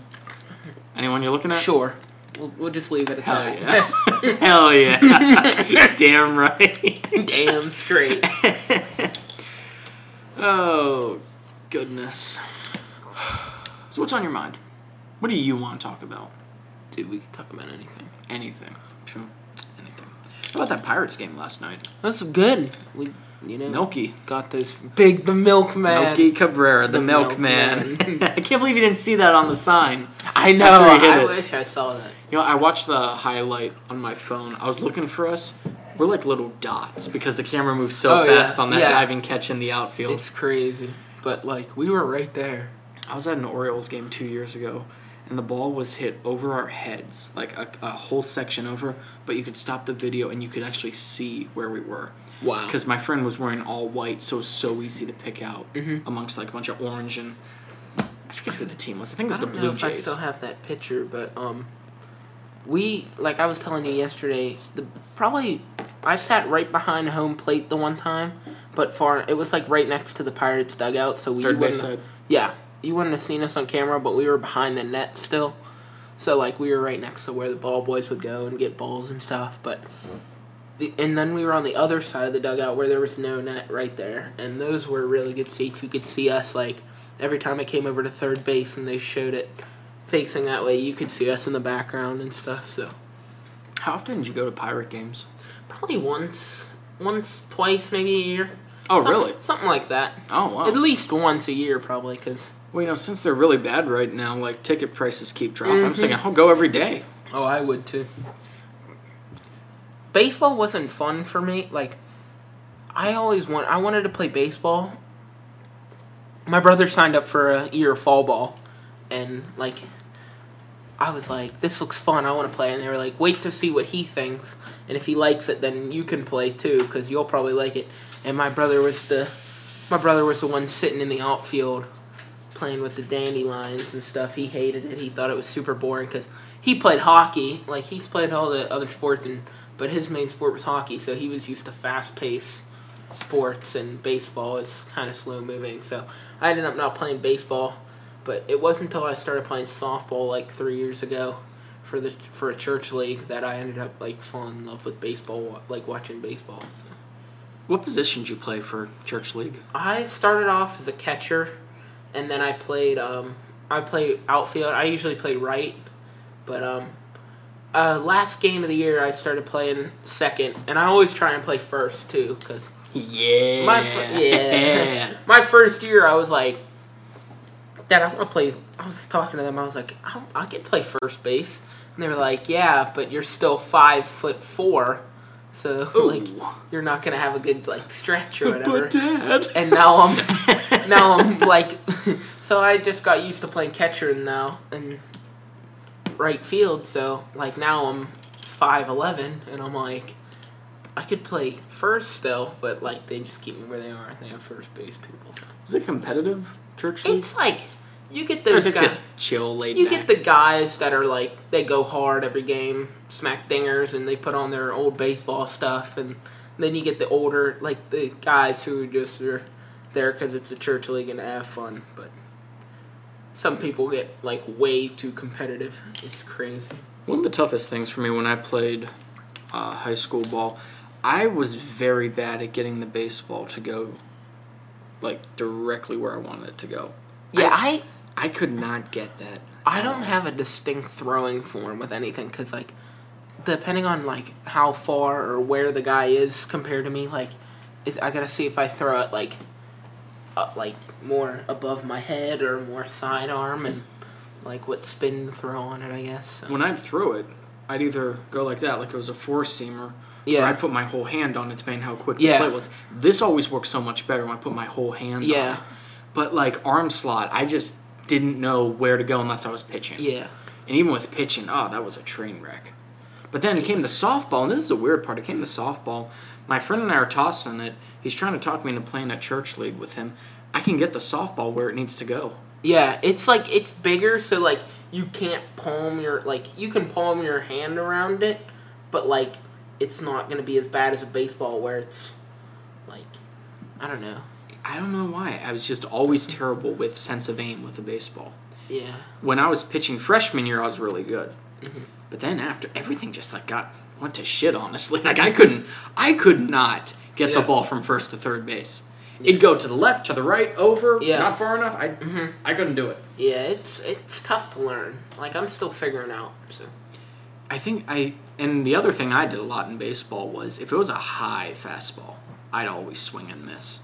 anyone you're looking at.
Sure. We'll, we'll just leave it at
Hell
that.
yeah. Hell yeah. Damn right.
Damn straight.
Oh goodness. So what's on your mind? What do you want to talk about?
Dude, we can talk about anything.
Anything. Sure. Anything. How about that Pirates game last night?
That's good. We, you know,
Milky.
got those big the milkman.
Milky Cabrera, the,
The
milkman.
milkman.
I can't believe you didn't see that on the sign.
I know.
That's where you
I
hit it.
wish I saw that.
You know, I watched the highlight on my phone. I was looking for us. We're like little dots because the camera moves so
Oh, yeah.
fast on that
Yeah.
diving catch in the outfield.
It's crazy, but like we were right there.
I was at an Orioles game two years ago, and the ball was hit over our heads, like a, a whole section over, but you could stop the video and you could actually see where we were.
Wow.
because my friend was wearing all white, so it was so easy to pick out
Mm-hmm.
amongst like a bunch of orange and I forget who the team was. I think it
I
was the
don't know
Blue
if I
Jays.
still have that picture, but um, we like I was telling you yesterday. The probably I sat right behind home plate the one time, but far it was like right next to the Pirates dugout, so we
Third
wouldn't.
base side.
Yeah, you wouldn't have seen us on camera, but we were behind the net still. So like we were right next to where the ball boys would go and get balls and stuff, but the- and then we were on the other side of the dugout where there was no net right there, and those were really good seats. You could see us like every time I came over to third base and they showed it facing that way, you could see us in the background and stuff. So
How often did you go to pirate games?
probably once, once, twice, maybe a year.
Oh,
Something-
really?
Something like that.
Oh wow.
At least once a year, probably, because
well, you know, since they're really bad right now, like ticket prices keep dropping. I'm just
Mm-hmm.
thinking I'll go every day.
Oh, I would too. Baseball wasn't fun for me. Like, I always want. I wanted to play baseball. My brother signed up for a year of fall ball, and like, I was like, this looks fun. I want to play. And they were like, wait to see what he thinks. And if he likes it, then you can play too, because you'll probably like it. And my brother was the, my brother was the one sitting in the outfield, playing with the dandelions and stuff. He hated it. He thought it was super boring because he played hockey. Like he's played all the other sports, and but his main sport was hockey. So he was used to fast pace sports, and baseball is kind of slow moving. So I ended up not playing baseball but it wasn't until I started playing softball like three years ago for the for a church league that I ended up like falling in love with baseball, like watching baseball. So.
What position did you play for church league?
I started off as a catcher, and then I played um, I play outfield. I usually play right, but um, uh, last game of the year I started playing second, and I always try and play first too because.
Yeah.
My fir- yeah. my first year, I was like, Dad, I want to play. I was talking to them. I was like, I, I can play first base, and they were like, Yeah, but you're still five foot four, so
Ooh.
like you're not gonna have a good like stretch or whatever.
But dad.
and now I'm now I'm like, so I just got used to playing catcher now and right field. So like now I'm five eleven, and I'm like. I could play first still, but like they just keep me where they are. They have first base people. So.
Is it competitive church league?
It's like you get
or
those
is it
guys.
just chill laid
you get
back?
the guys that are like they go hard every game, smack dingers, and they put on their old baseball stuff, and then you get the older like the guys who just are there because it's a church league and to have fun. But some people get like way too competitive. It's crazy.
One of the toughest things for me when I played uh, high school ball, I was very bad at getting the baseball to go like directly where I wanted it to go.
Yeah, I
I could not get that.
I don't have a distinct throwing form with anything because like depending on like how far or where the guy is compared to me, like is I gotta see if I throw it like uh, like more above my head or more sidearm and like what spin to throw on it. I guess. So.
When I'd throw it, I'd either go like that, like it was a four seamer, or
Yeah.
I'd put my whole hand on it, depending how quick
Yeah.
the play was. This always worked so much better when I put my whole hand on
Yeah.
it. But like arm slot, I just didn't know where to go unless I was pitching.
yeah.
And even with pitching, oh, that was a train wreck. But then it came to softball, and this is the weird part. It came to softball. My friend and I are tossing it. He's trying to talk me into playing a church league with him. I can get the softball where it needs to go.
Yeah, it's like it's bigger, so like you can't palm your like you can palm your hand around it, but like it's not gonna be as bad as a baseball where it's like I don't know.
I don't know why. I was just always terrible with sense of aim with a baseball.
Yeah.
When I was pitching freshman year, I was really good.
Mm-hmm.
But then after everything just like got went to shit. Honestly, like I couldn't, I could not get the
Yeah.
ball from first to third base. It'd go to the left, to the right, over,
Yeah. Mm-hmm.
not far enough. I, I couldn't do it.
Yeah, it's it's tough to learn. Like I'm still figuring out. So
I think I and the other thing I did a lot in baseball was if it was a high fastball, I'd always swing and miss.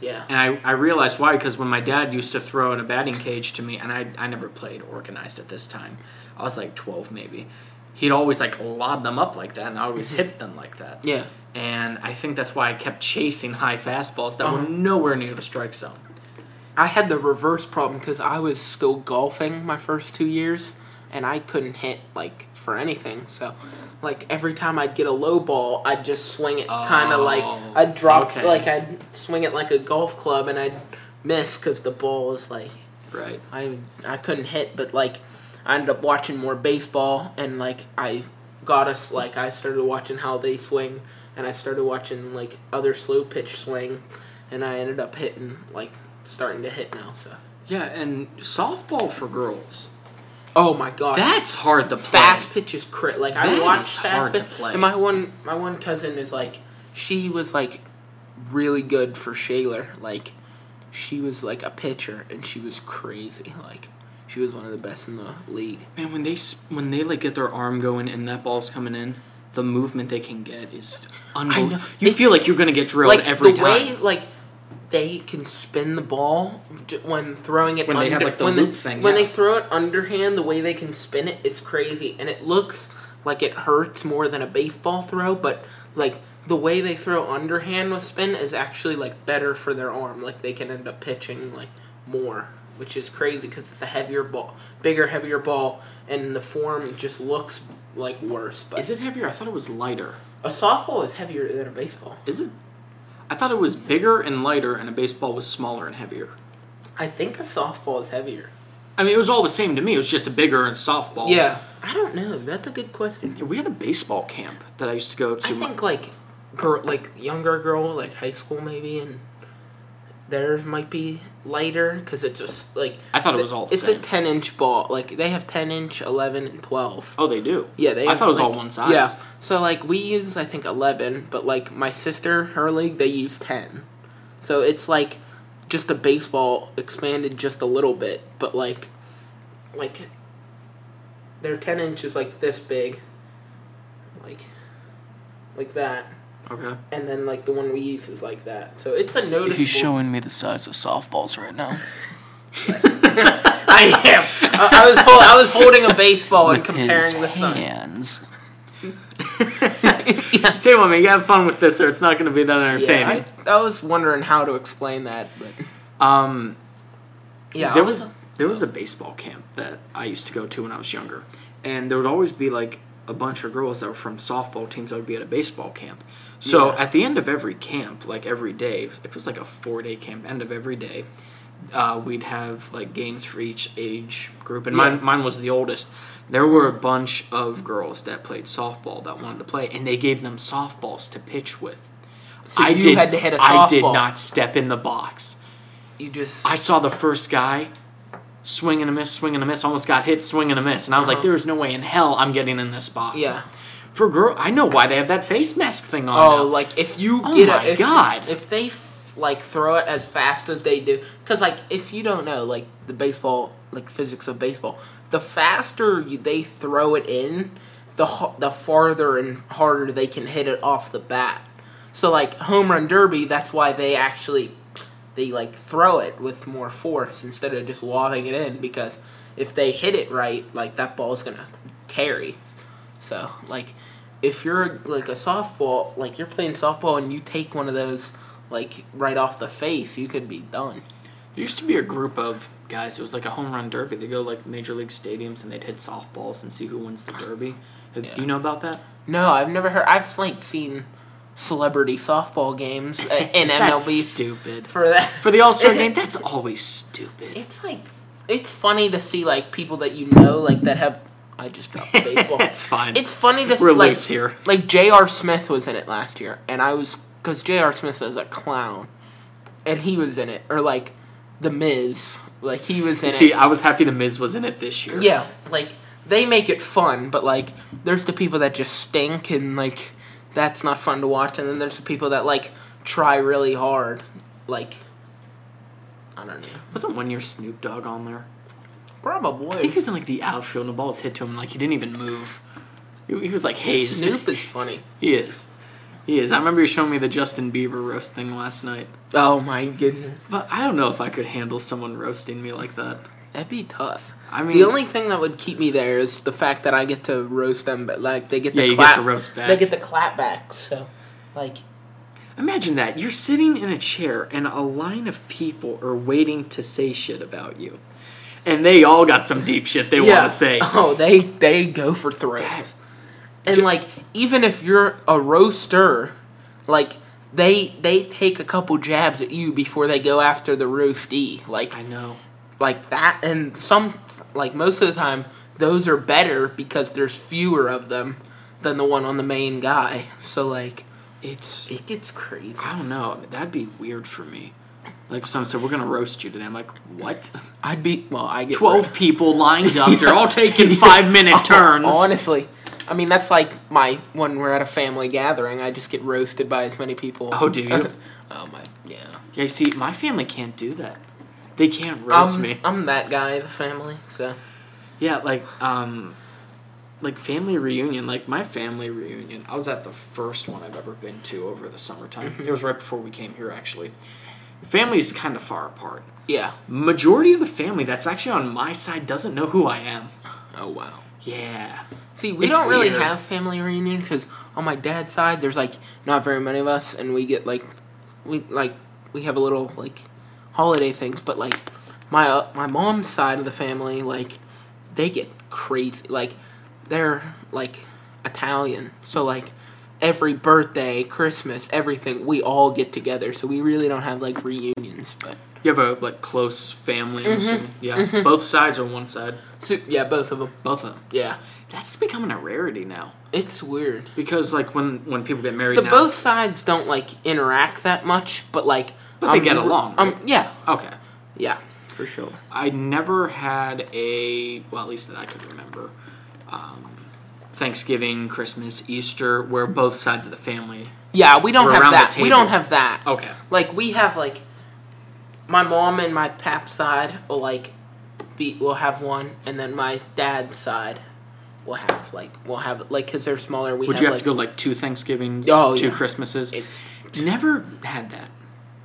yeah,
And I, I realized why because when my dad used to throw in a batting cage to me, and I, I never played organized at this time, I was like 12 maybe, he'd always like lob them up like that, and I always hit them like that.
yeah,
And I think that's why I kept chasing high fastballs that were nowhere near the strike zone.
I had the reverse problem because I was still golfing my first two years, and I couldn't hit like for anything. So, like every time I'd get a low ball, I'd just swing it kind of like
Oh,
I'd drop
okay.
like I'd swing it like a golf club, and I'd miss because the ball was like
Right.
I I couldn't hit, but like I ended up watching more baseball, and like I got us like I started watching how they swing, and I started watching like other slow pitch swing, and I ended up hitting like starting to hit now. So
Yeah, and softball for girls,
oh my god,
that's hard to play.
fast pitch is crit. Like
That
I
is
watched fast
hard to
pitch,
play.
and my one my one cousin is like she was like really good for Shaler. Like she was like a pitcher, and she was crazy. Like she was one of the best in the league.
Man, when they s- when they like get their arm going and that ball's coming in, the movement they can get is unbelievable. You
It's-
feel like you're gonna get drilled
like
every
the
time.
way like they can spin the ball j- when throwing it
When they
under,
have, like, the
when
loop
they,
thing,
when they
yeah.
throw it underhand the way they can spin it is crazy and it looks like it hurts more than a baseball throw but like the way they throw underhand with spin is actually like better for their arm like they can end up pitching like more which is crazy because it's a heavier ball, bigger, heavier ball, and the form just looks like worse. But
Is it heavier? I thought it was lighter.
a softball is heavier than a baseball.
Is it? I thought it was bigger and lighter, and a baseball was smaller and heavier.
I think a softball is heavier.
I mean, it was all the same to me. It was just a bigger and softball.
I don't know. That's a good question.
Yeah, We had a baseball camp that I used to go to.
I think like girl, like younger girl, like high school maybe, and theirs might be lighter because it's just like
I thought it was all the
it's a
same.
ten inch ball. Like they have ten inch, eleven, and twelve.
oh, they do.
Yeah, they.
I
have,
thought it was all
like-
one size.
Yeah. So like we use I think eleven, but like my sister her league they use ten, so it's like just the baseball expanded just a little bit, but like like their ten inch is like this big, like like that,
Okay.
and then like the one we use is like that. So it's a noticeable.
me the size of softballs right now.
I am. I, I was hol- I was holding a baseball and comparing the sun.
hands.
yeah.
Shame on me. You have fun with this, or it's not going to be that entertaining.
Yeah, I, I was wondering how to explain that, but
um,
yeah,
there
I
was there was a baseball camp that I used to go to when I was younger, and there would always be like a bunch of girls that were from softball teams that would be at a baseball camp. So
Yeah.
at the end of every camp, like every day, if it was like a four day camp, end of every day, uh, we'd have like games for each age group, and
Yeah.
mine mine was the oldest. There were a bunch of girls that played softball that wanted to play, and they gave them softballs to pitch with.
So you had to hit a
I did
softball.
not step in the box.
you just
I saw the first guy swing and a miss, swing and a miss, almost got hit, swing and a miss. And I was like,
Uh-huh.
there is no way in hell I'm getting in this box.
Yeah.
For girl, I know why they have that face mask thing on.
oh
now.
like if you
Oh
get
my
a, if,
God.
if they f- like throw it as fast as they do because like if you don't know like the baseball like physics of baseball the faster you, they throw it in the ho- the farther and harder they can hit it off the bat so like home run derby that's why they actually they like throw it with more force instead of just lobbing it in because if they hit it right like that ball's gonna carry So like, if you're like a softball, like you're playing softball and you take one of those like right off the face, you could be done.
There used to be a group of guys, it was like a home run derby. They go like major league stadiums and they'd hit softballs and see who wins the derby. Have-
Yeah.
Do you know about that?
No, I've never heard. I've like seen celebrity softball games uh, in
That's
MLB
stupid.
for that.
For the All Star game, that's always stupid.
it's like it's funny to see like people that you know like that have. I just dropped the baseball.
it's fine.
It's funny to s-
We're
like,
loose here.
Like J.R. Smith was in it last year, and I was because J.R. Smith is a clown, and he was in it, or like the Miz, like he was in
See,
it.
I was happy the Miz was in it this year.
Yeah, like they make it fun, but like there's the people that just stink, and like that's not fun to watch, and then there's the people that like try really hard, like. I don't know.
Wasn't one year Snoop Dogg on there? I think
Probably.
he was in like the outfield and the balls hit to him like he didn't even move. He, he was like hazed.
Snoop is funny.
He is. He is. I remember you showing me the Justin Bieber roast thing last night.
Oh my goodness.
But I don't know if I could handle someone roasting me like that.
That'd be tough.
I mean,
The only thing that would keep me there is the fact that I get to roast them, but like they get the
Yeah, you get
clap,
to roast back.
They get the clap back, so like
imagine that you're sitting in a chair and a line of people are waiting to say shit about you, and they all got some deep shit they want to say.
Oh, they they go for throws, and like even if you're a roaster, like they they take a couple jabs at you before they go after the roastee. Like
I know.
like that and some like most of the time those are better because there's fewer of them than the one on the main guy so like
It's.
it gets crazy
I don't know. That'd be weird for me. Like someone said, we're gonna roast you today. I'm like, what?
i'd be well i get
12 people lined up. They're all taking five
Oh,
minute turns.
honestly i mean that's like my when we're at a family gathering i just get roasted by as many people
Oh, do you?
oh my yeah
Yeah, you see, my family can't do that. They can't roast
I'm,
me.
I'm that guy of the family so
Yeah, like, um, like family reunion, like my family reunion, I was at the first one I've ever been to over the summertime. It was right before we came here, actually. Family's kind of far apart.
yeah
Majority of the family that's actually on my side doesn't know who I am.
oh wow
Yeah.
See, we
It's
don't really
weird.
have family reunion because on my dad's side, there's like not very many of us, and we get like we like we have a little like holiday things, but like my uh, my mom's side of the family, like they get crazy. Like they're like Italian, so like every birthday, Christmas, everything, we all get together. So we really don't have like reunions, but
You have a like close family. I'm assuming. Yeah, both sides are one side.
so, yeah, both of them.
Both of them.
Yeah,
That's becoming a rarity now
it's weird.
because like when when people get married
The
now.
both sides don't like interact that much, but like
But they get along,
Um,
right?
yeah,
okay.
yeah, for sure.
I never had a well, at least that I could remember. Um, Thanksgiving, Christmas, Easter, where both sides of the family.
Yeah, we don't
We're
have
around the
that. We don't
table. Oh.
have that.
Okay.
Like we have like my mom and my pap's side will like be will have one, and then my dad's side will have like we'll have like because they're smaller. We
Would
have,
you have
like,
to go like two Thanksgivings,
Oh,
two
yeah.
Christmases?
It's
Never had that.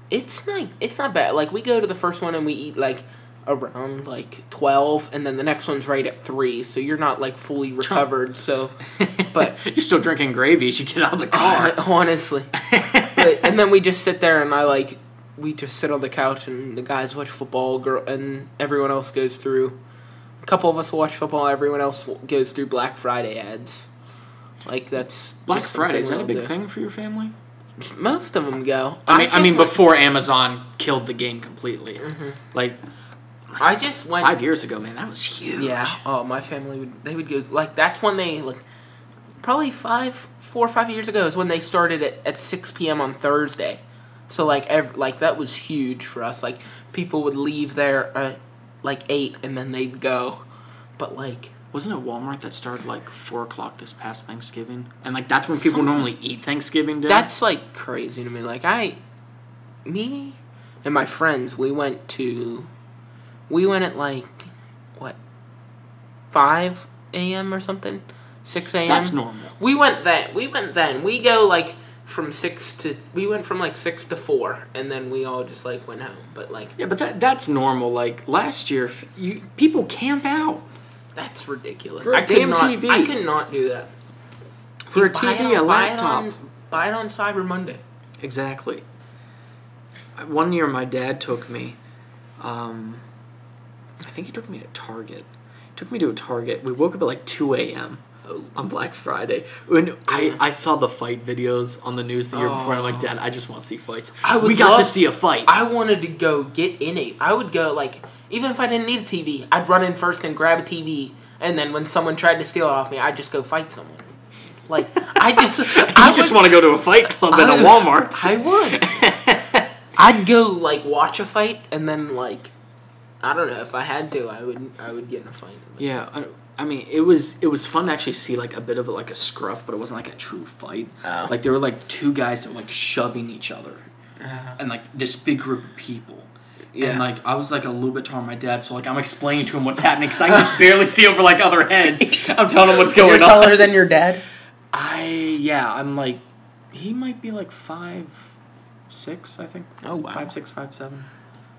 it's like it's not bad. Like we go to the first one and we eat like around like twelve, and then the next one's right at three. So you're not like fully recovered. So, but
You're still drinking gravy as you get out of the car.
honestly. But- and then we just sit there and I like we just sit on the couch and the guys watch football girl and everyone else goes through a couple of us watch football everyone else w- goes through Black Friday ads like that's
Black
just
Friday is that a
something
big
we'll
thing for your family?
do. most of them go
I mean, I,
just
mean,
went-
before Amazon killed the game completely, like
I just went
five years ago, man, that was huge.
yeah oh my family would they would go like that's when they like probably five four or five years ago is when they started at, at 6 p.m on thursday so like ev- like that was huge for us like people would leave there at like 8 and then they'd go but like
Wasn't it Walmart that started like four o'clock this past Thanksgiving? And like that's when people normally eat Thanksgiving dinner.
that's like crazy to me like i me and my friends we went to we went at like what 5 a.m or something 6 a.m
that's normal.
We went then. We went then. We go like from six to. We went from like six to four, and then we all just like went home. But like
Yeah, but that that's normal. Like last year, f- you people camp out
that's ridiculous.
For a
I could
damn
not.
TV.
I could not do that.
for a
Buy it
TV, a
on- buy it
laptop.
on- Buy it on Cyber Monday.
Exactly. I- One year, my dad took me. Um, I think he took me to Target. Took me to a Target. We woke up at like two a.m. on Black Friday. When I, I saw the fight videos on the news the year before, and I'm like, Dad, I just want to see fights.
I would
we got to
love-
see a fight.
I wanted to go get in it. I would go like even if I didn't need a TV, I'd run in first and grab a TV, and then when someone tried to steal it off me, I'd just go fight someone. Like I just.
you
I
just
would-
want to go to a fight club at a
I-
Walmart.
I would. I'd go like watch a fight and then like I don't know if I had to I would I would get in a fight.
Yeah, I, I mean, it was it was fun to actually see like a bit of like a scruff, but it wasn't like a true fight.
Oh.
Like there were like two guys that were like shoving each other, and like this big group of people.
Yeah.
And like I was like a little bit taller than my dad, so like I'm explaining to him what's happening because I can just barely see over like other heads. I'm telling him what's going on.
than your dad.
I yeah, I'm like he might be like five, six I think.
Oh, wow.
five six, five seven.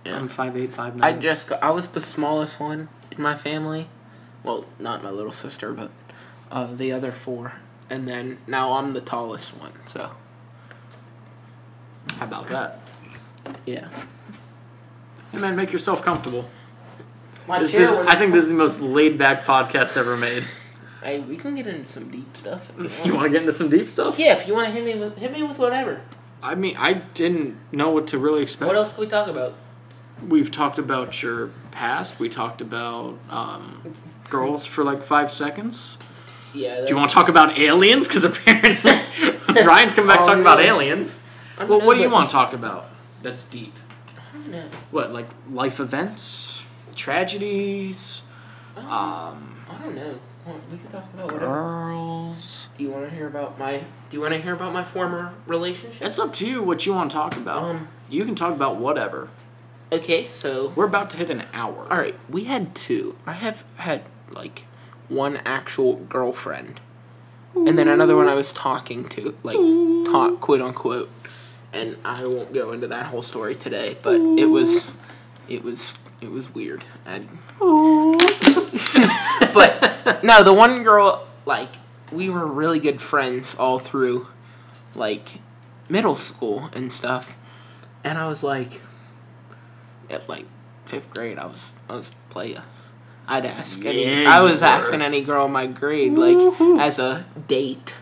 Yeah.
I'm five eight, five
I
nine.
just I was the smallest one in my family. Well, not my little sister, but uh, the other four. And then now I'm the tallest one. So
How about that?
yeah.
Hey man, make yourself comfortable.
My
This- this- I think this is the most laid back podcast ever made.
Hey, we can get into some deep stuff. If you want.
You want to get into some deep stuff?
Yeah, if you want to hit me with hit me with whatever.
I mean, I didn't know what to really expect.
What else can we talk about?
We've talked about your past. We talked about um, girls for like five seconds.
Yeah.
Do you want to talk about aliens? Because apparently Ryan's coming back
Oh,
talking about
no.
aliens. Well, what do you want to talk about? That's deep.
No.
What like life events, tragedies, um,
I don't know. Well, We could talk about whatever.
girls.
Do you want to hear about my? Do you want to hear about my former relationship?
It's up to you what you want to talk about.
Um,
you can talk about whatever.
Okay, so
We're about to hit an hour.
all right, we had two. I have had like one actual girlfriend, and then another one I was talking to, like talk quote unquote. And I won't go into that whole story today, but it was, it was, it was weird. And but no, the one girl like we were really good friends all through like middle school and stuff. And I was like at like fifth grade, I was I was player. I'd ask. any,
Yeah,
I
you
was
were.
asking any girl in my grade like
Woohoo.
as a date.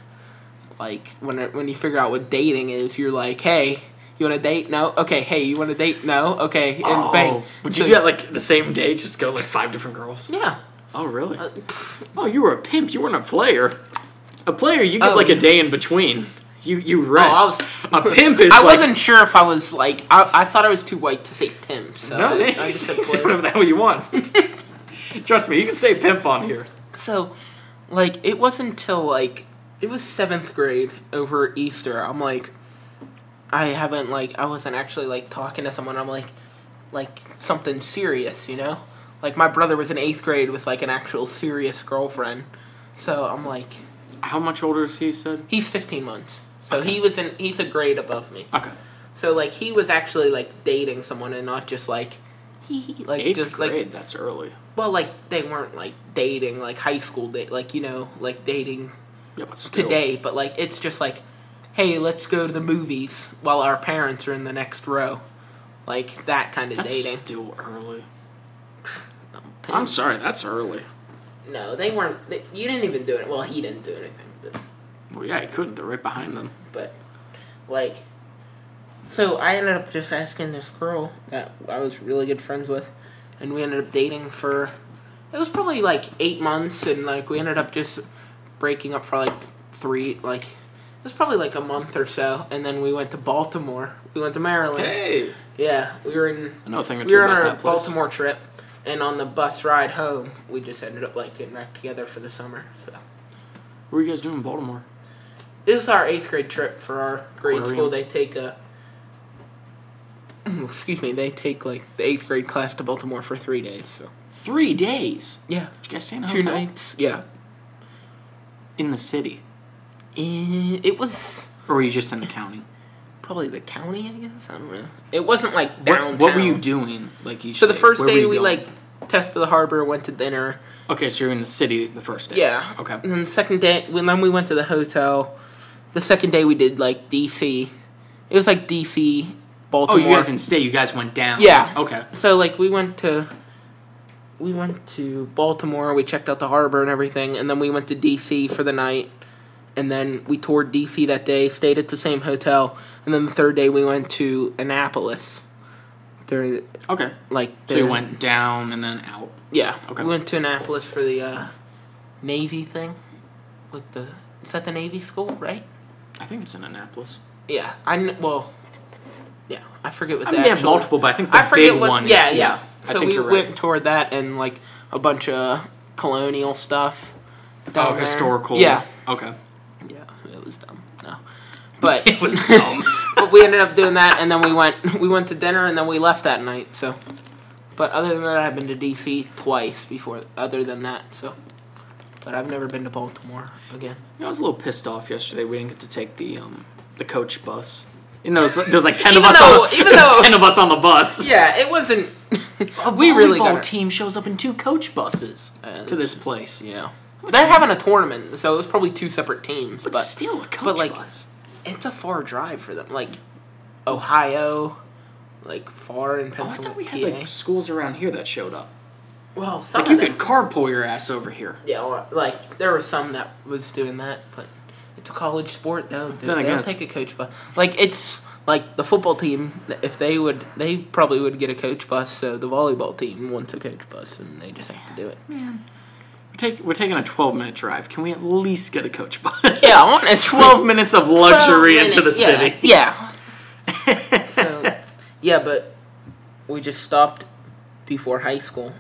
Like when it- when you figure out what dating is, you're like, hey, you want to date? No. Okay. Hey, you want to date? No. Okay. And
Oh,
bang.
Would
So-
you do that like the same day? Just go like five different girls.
Yeah.
Oh really?
Uh, pff,
oh, you were a pimp. You weren't a player. A player, you get
Oh,
like a
yeah.
day in between. You you rest.
I
a pimp is.
I
like,
wasn't sure if I was like I, I thought I was too white to say pimp. So
No,
I,
you,
I just said
can say
player.
whatever the hell you want. Trust me, you can say pimp on here.
So, like, it wasn't until, like, it was seventh grade over Easter. I'm like, I haven't, like, I wasn't actually, like, talking to someone. I'm like, like, something serious, you know? Like, my brother was in eighth grade with, like, an actual serious girlfriend. So I'm like,
How much older is he? you Said
he's 15 months. So he was in, he's a grade above me.
okay.
So, like, he was actually, like, dating someone and not just, like, he, he, like,
Eighth
just,
grade.
like,
that's early.
well, like, they weren't, like, dating, like, high school date, like, you know, like, dating
Yeah, but still.
today, but like it's just like, hey, let's go to the movies while our parents are in the next row, like that kind of
That's
dating.
still early. I'm sorry, that's early.
No, they weren't. They, you didn't even do it. Well, he didn't do anything, but,
Well, yeah, I couldn't. They're right behind them.
but like, so I ended up just asking this girl that I was really good friends with, and we ended up dating for. It was probably like eight months, and like we ended up just breaking up for like three, like. It was probably like a month or so, and then we went to Baltimore. We went to Maryland.
Hey,
Yeah, we were in
I know a thing or two
we were on
about
our
that place.
Baltimore trip, and on the bus ride home, we just ended up like getting back together for the summer. So
What were you guys doing in Baltimore?
this is our eighth grade trip for our grade
Aquarium.
school. They take a excuse me, they take like the eighth grade class to Baltimore for three days. So
Three days.
yeah,
Did you guys stay in a
two
hotel?
nights. Yeah,
in the city,
Eh, it was
or were you just in the county?
probably the county, I guess. I don't know. It wasn't like
What,
downtown.
what were you doing? Like each.
So the
day?
first
Where were
day
you
we
going?
like tested the harbor, went to dinner.
Okay, so you're in the city the first day.
Yeah. Mm-hmm.
Okay.
And then the second day, when then we went to the hotel. The second day we did like DC. It was like DC,
Oh,
Baltimore.
you guys didn't stay. You guys went down.
Yeah.
Okay.
So like we went to, we went to Baltimore. We checked out the harbor and everything, and then we went to DC for the night. And then we toured DC that day, stayed at the same hotel, and then the third day we went to Annapolis. During the-
Okay.
like
So you
the-
went down and then out.
yeah.
Okay.
We went to Annapolis for the uh, Navy thing. Like the is that the Navy school, right?
I think it's in Annapolis.
Yeah. I kn- well. Yeah, I forget what
I
the
mean, they have
actual-
multiple, but I think the
I forget
big
what.
one.
yeah,
is,
yeah. So
I think
we
you're
went
right.
toward that and like a bunch of colonial stuff. down
Oh,
there.
historical.
Yeah.
Okay.
Yeah, it was dumb. No, but
It was dumb.
but we ended up doing that, and then we went we went to dinner, and then we left that night. So, but other than that, I've been to DC twice before. Other than that, so, but I've never been to Baltimore again.
You know, I was a little pissed off yesterday. We didn't get to take the um the coach bus. You know, there was like ten of
Even
us.
though-
on the,
even
there was
though-
ten of us on the bus.
Yeah, it wasn't.
A
we really
volleyball
got.
team shows up in two coach buses
Uh,
to this place.
Yeah, they're having a tournament, so it was probably two separate teams.
But,
but
still, a coach
like,
bus.
it's a far drive for them. Like Ohio, like far in
Oh, I
Pennsylvania.
thought we had like schools around here that showed up.
well, some
Like
of
you
them-
could carpool your ass over here.
Yeah, well, like there were some that was doing that, but it's a college sport though. They,
Then
they
again,
don't
it's-
take a coach bus. Like it's like the football team. If they would, they probably would get a coach bus. So the volleyball team wants a coach bus, and they just have to do it.
We're, take, we're taking a 12 minute drive. Can we at least get a coach bus?
Yeah, I want a
12 minutes of luxury into the
yeah,
city.
Yeah. so, yeah, but we just stopped before high school.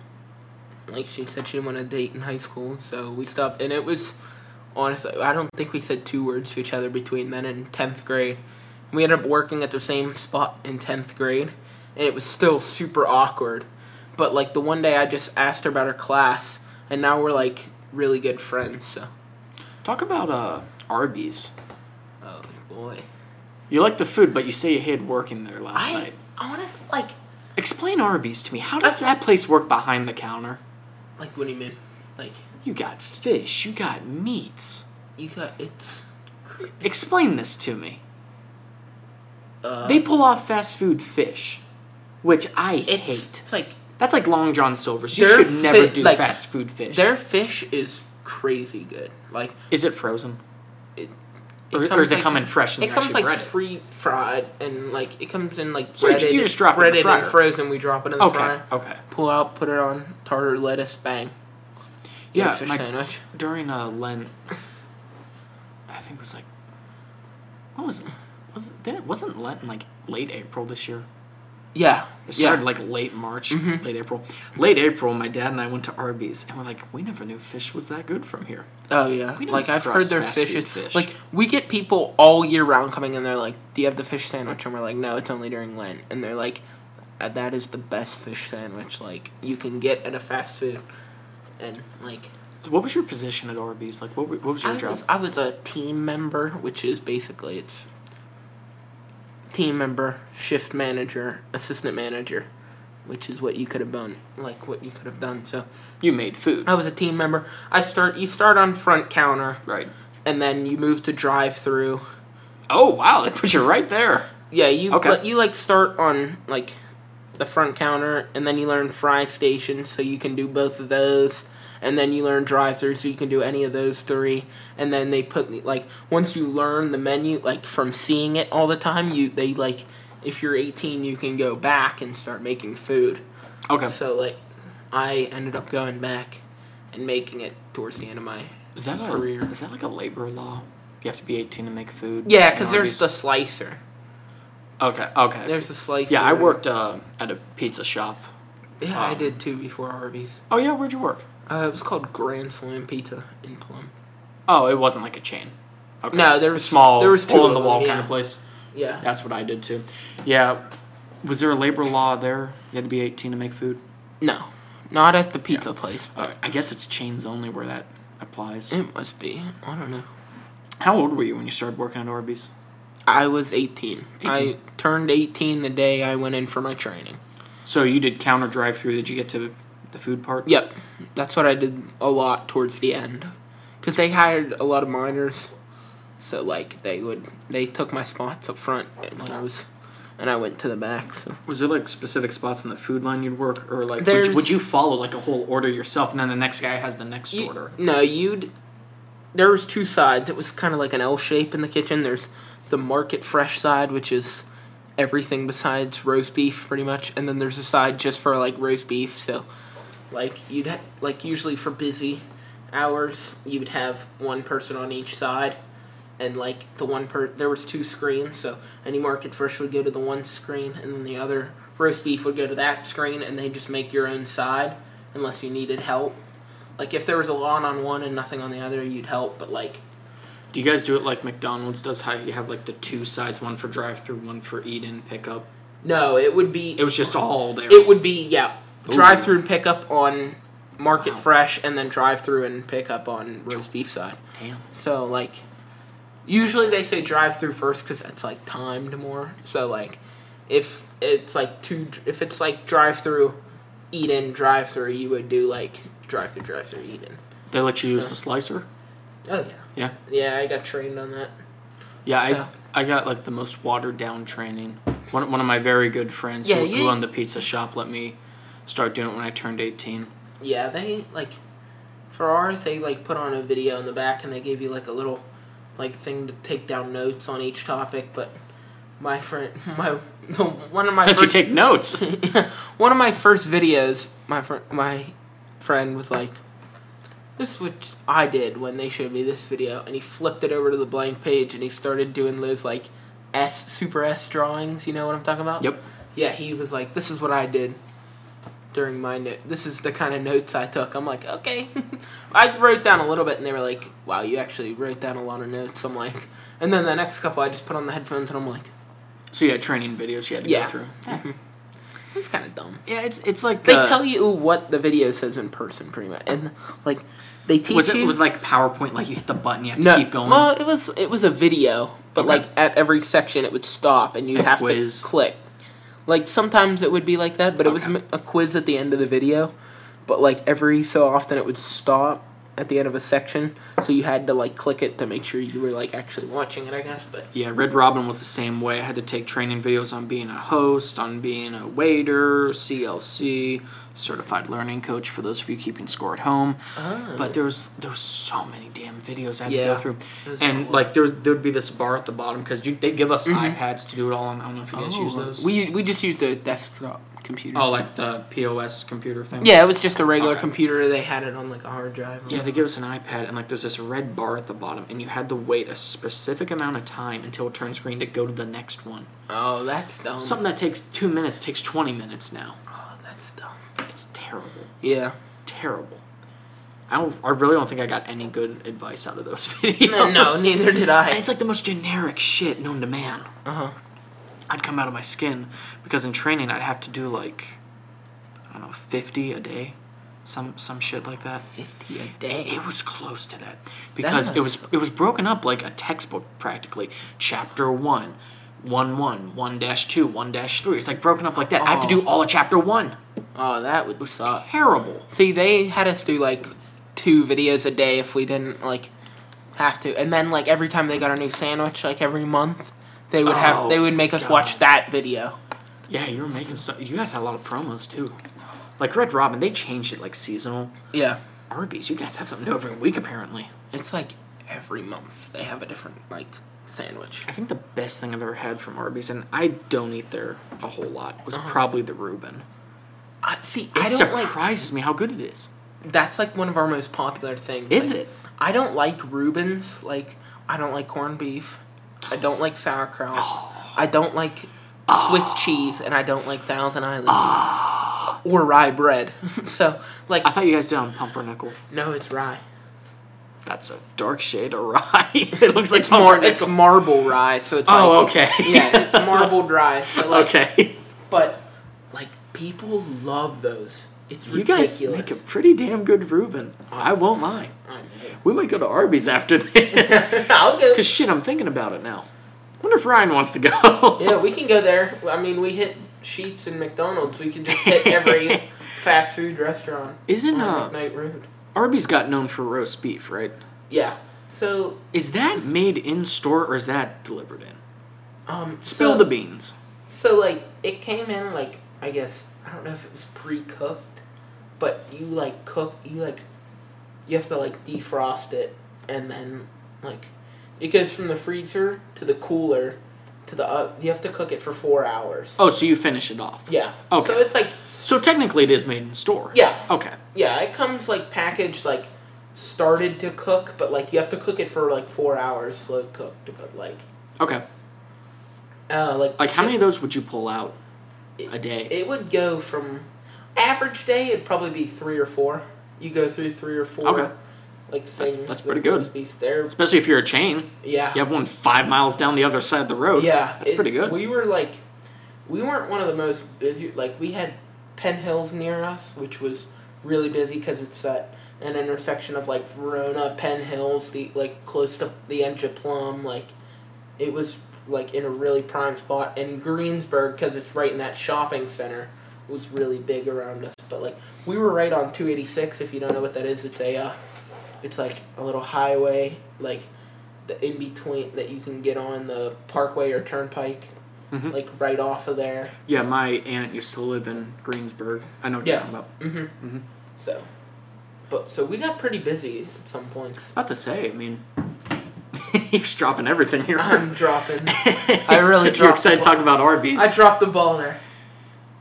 Like she said, she didn't want to date in high school, so we stopped, and it was honestly, I don't think we said two words to each other between then and tenth grade. We ended up working at the same spot in tenth grade, and it was still super awkward. But like the one day, I just asked her about her class, and now we're like really good friends. So,
Talk about uh, Arby's.
oh boy,
You like the food, but you say you hated working there last
I
night.
I want to like
Explain Arby's to me. How does
Okay.
that place work behind the counter?
Like what do you mean? Like
You got fish, you got meats.
you got it's. cr-
Explain this to me.
Uh,
They pull off fast food fish, which I
it's,
hate.
It's like
That's like Long John Silver's. You
Their
should
fi-
never do
like,
fast food fish.
Their fish is crazy good. Like
Is it frozen?
it,
Or- or
comes
is it
like-
coming fresh and
It
you
comes
actually
like
bread it?
free fried and like it comes in like
So you ju-
breaded,
you just drop it in the
breaded and
fryer.
frozen. We drop it in the
Okay.
fryer.
Okay.
Pull out, put it on tartar lettuce, bang. You got
Yeah,
a fish
my-
sandwich.
during uh, Lent, I think it was like, what was was it, did it wasn't Lent in like late April this year?
Yeah, yeah.
It
Mm-hmm.
started like late March, late April. Late April, my dad and I went to Arby's, and we're like, we never knew fish was that good from here.
oh yeah.
We don't
Like I've heard
trust
their
fast
fish
food
is
fish.
like we get people all year round coming in. They're like, "Do you have the fish sandwich?" And we're like, "No, it's only during Lent." And they're like, "Uh, "That is the best fish sandwich like you can get at a fast food." And like
What was your position at Arby's? Like, what, were- what was your
I
job?
was, I was a team member, which is basically it's team member, shift manager, assistant manager, which is what you could have done, like what you could have done. So
you made food,
I was a team member. I start you start on front counter,
right?
and then you move to drive through.
Oh wow, they put you right there.
Yeah, you
Okay.
but you like start on like the front counter, and then you learn fry station, so you can do both of those, and then you learn drive through, so you can do any of those three, and then they put like once you learn the menu like from seeing it all the time, you they like if you're 18, you can go back and start making food.
Okay,
So like, I ended up going back and making it towards the end of my
is that a
career.
is that like a labor law? You have to be eighteen to make food.
yeah,
in
because there's the
Arby's?
slicer.
okay, okay.
There's the slicer.
yeah, I worked uh, at a pizza shop.
Yeah, I
um,
did too before Arby's.
Oh yeah, where'd you work?
Uh, it was called Grand Slam Pizza in Plum.
Oh, it wasn't like a chain. Okay.
No, there was
small,
There was two
hole in
of
the
them,
wall
yeah.
kind of place.
Yeah.
That's what I did too. Yeah. Was there a labor law there? You had to be 18 to make food.
No, not at the pizza place. But
Uh, I guess it's chains only where that applies.
it must be. I don't know.
How old were you when you started working at Arby's?
I was 18. I
18.
turned 18 the day I went in for my training.
So you did counter drive through. Did you get to the food part?
Yep, that's what I did a lot towards the end, because they hired a lot of minors, so like they would they took my spots up front when I was, and I went to the back. So
Was there like specific spots on the food line you'd work, or like would
There's-
you, would you follow like a whole order yourself, and then the next guy has the next
You-
order?
No, you'd. There was two sides. It was kind of like an L shape in the kitchen. There's the market fresh side, which is everything besides roast beef, pretty much, and then there's a side just for like roast beef. So, like you'd ha- like usually for busy hours, you would have one person on each side, and like the one per there was two screens. So any market fresh would go to the one screen, and then the other roast beef would go to that screen, and they just make your own side unless you needed help. Like if there was a lawn on one and nothing on the other, you'd help. But like,
Do you guys do it like McDonald's does? How you have like the two sides, one for drive through, one for eat in, pick up.
no, it would be
It was just all there.
it would be yeah,
Ooh.
drive through and pick up on Market
Wow.
Fresh, and then drive through and pick up on roast beef side.
Damn.
So like, usually they say drive through first because it's like timed more. So like, if it's like two, if it's like drive through, eat in, drive through, you would do like drive through, drive through, eat in.
They let you use
So-
the slicer.
Oh yeah,
Yeah.
yeah, I got trained on that.
Yeah,
So-
I I got like the most watered down training. One one of my very good friends
Yeah,
who,
you-
who owned the pizza shop let me start doing it when I turned eighteen.
Yeah, they like for ours they like put on a video in the back and they gave you like a little like thing to take down notes on each topic, but my friend my one of my
Let you
first
take notes.
one of my first videos my fr- my friend was like this is what I did when they showed me this video and he flipped it over to the blank page and he started doing those like S super S drawings, you know what I'm talking about?
yep.
yeah, he was like, "This is what I did during my note. This is the kind of notes I took." I'm like, "Okay." I wrote down a little bit, and they were like, "Wow, you actually wrote down a lot of notes." I'm like, and then the next couple, I just put on the headphones, and I'm like,
So you had training videos you had to
Yeah.
go through.
"That's kind of dumb."
Yeah, it's it's like uh,
They
the-
tell you what the video says in person, pretty much, and like they teach
was
you.
it was like PowerPoint like you hit the button you have to
no,
keep going.
well, it was it was a video, but
Okay.
like at every section, it would stop, and you
A
have
quiz.
to click. Like sometimes it would be like that, but it was
Okay.
m- a quiz at the end of the video. But like every so often, it would stop, at the end of a section, so you had to like click it to make sure you were like actually watching it, I guess. But
Yeah, Red Robin was the same way. I had to take training videos on being a host, on being a waiter, CLC, certified learning coach for those of you keeping score at home. But there was there was so many damn videos I had
Ah. Yeah.
to go
It
through,
was a
and
lot.
like there was, there would be this bar at the bottom because they give us iPads to do it all on. I don't know if you guys use those.
Mm-hmm. Oh, we we just used a desktop computer.
oh, like the POS computer thing.
yeah, it was just a regular
Okay.
computer. They had it on like a hard drive.
Yeah, they give us an iPad, and like there's this red bar at the bottom, and you had to wait a specific amount of time until it turns green to go to the next one.
Oh, that's dumb.
Something that takes two minutes takes 20 minutes now.
Oh, that's dumb.
It's terrible.
Yeah.
Terrible. I don't. I really don't think I got any good advice out of those videos.
No, no, neither did
And
I.
it's like the most generic shit known to man.
Uh huh.
I'd come out of my skin because in training I'd have to do like, I don't know, 50 a day, some some shit like that.
Fifty a
It,
day.
it was close to that because it
must-
was it was broken up like a textbook practically. Chapter one, one one, one dash two, one dash three. It's like broken up like that. I have to do all of chapter one.
Oh, that would suck.
Terrible.
See, they had us do like two videos a day if we didn't like have to, and then like every time they got a new sandwich, like every month, they would have
Oh,
they would make us
God.
watch that video.
Yeah, you were making stuff. You guys had a lot of promos too. Like Red Robin, they changed it like seasonal.
Yeah,
Arby's, you guys have something new every week apparently.
it's like every month they have a different like sandwich.
I think the best thing I've ever had from Arby's, and I don't eat there a whole lot, was probably the Reuben.
I, see,
It
Uh-huh. I don't like
surprises me how good it is.
that's like one of our most popular things.
Is
Like,
it?
I don't like Rubens. Like I don't like corned beef. I don't like sauerkraut.
Ah.
I don't like Swiss cheese, and I don't like Thousand Island
Ah.
or rye bread. so like,
I thought you guys did on pumpernickel.
no, it's rye.
That's a dark shade of rye. it looks like
It's mar- it's
pumpernickel.
marble rye, so it's
Oh,
like,
okay.
yeah, it's marble rye. So like,
okay.
but like people love those. It's
You guys
ridiculous.
make a pretty damn good Reuben. I won't lie.
I
We might go to Arby's after this.
know. I'll go.
Cause shit, I'm thinking about it now. Wonder if Ryan wants to go.
Yeah, we can go there. I mean, we hit Sheets and McDonald's. We can just hit every fast food restaurant.
Isn't
on
uh,
McKnight Road.
Arby's got known for roast beef, right?
Yeah. So,
Is that made in store or is that delivered in?
um,
Spill
so,
the beans.
So like, it came in like I guess I don't know if it was pre-cooked, but you like cook you like, you have to like defrost it and then like, it goes from the freezer to the cooler, to the uh, you have to cook it for four hours.
Oh, so you finish it off.
Yeah. So
Okay.
it's like
So technically, it is made in store.
Yeah.
Okay.
Yeah, it comes like packaged, like started to cook, but like you have to cook it for like four hours, slow cooked. But like,
Okay.
uh, like
Like, how
chi-
many of those would you pull out a day?
It would go from average day. It'd probably be three or four. You go through three or four.
Okay.
Like things.
that's
with
pretty good.
roast Beef there.
Especially if you're a chain.
Yeah.
You have one five miles down the other side of the road.
Yeah.
That's
it-
pretty good.
We were like, we weren't one of the most busy. Like we had Penn Hills near us, which was really busy because it's at an intersection of like Verona, Penn Hills, the like close to the edge of Plum. Like it was like in a really prime spot, and Greensburg because it's right in that shopping center was really big around us. But like we were right on two eighty six. If you don't know what that is, it's a uh, it's like a little highway like the in between that you can get on the parkway or turnpike
Mhm.
like right off of there
yeah, my aunt used to live in Greensburg. I know what
Yeah.
you're talking about.
hmm
Mhm.
so but so we got pretty busy at some points
About to say, I mean, you're just dropping everything here.
i'm dropping
I
Um, really
You're
dropped
excited
the ball.
talking about Arby's.
i dropped the ball there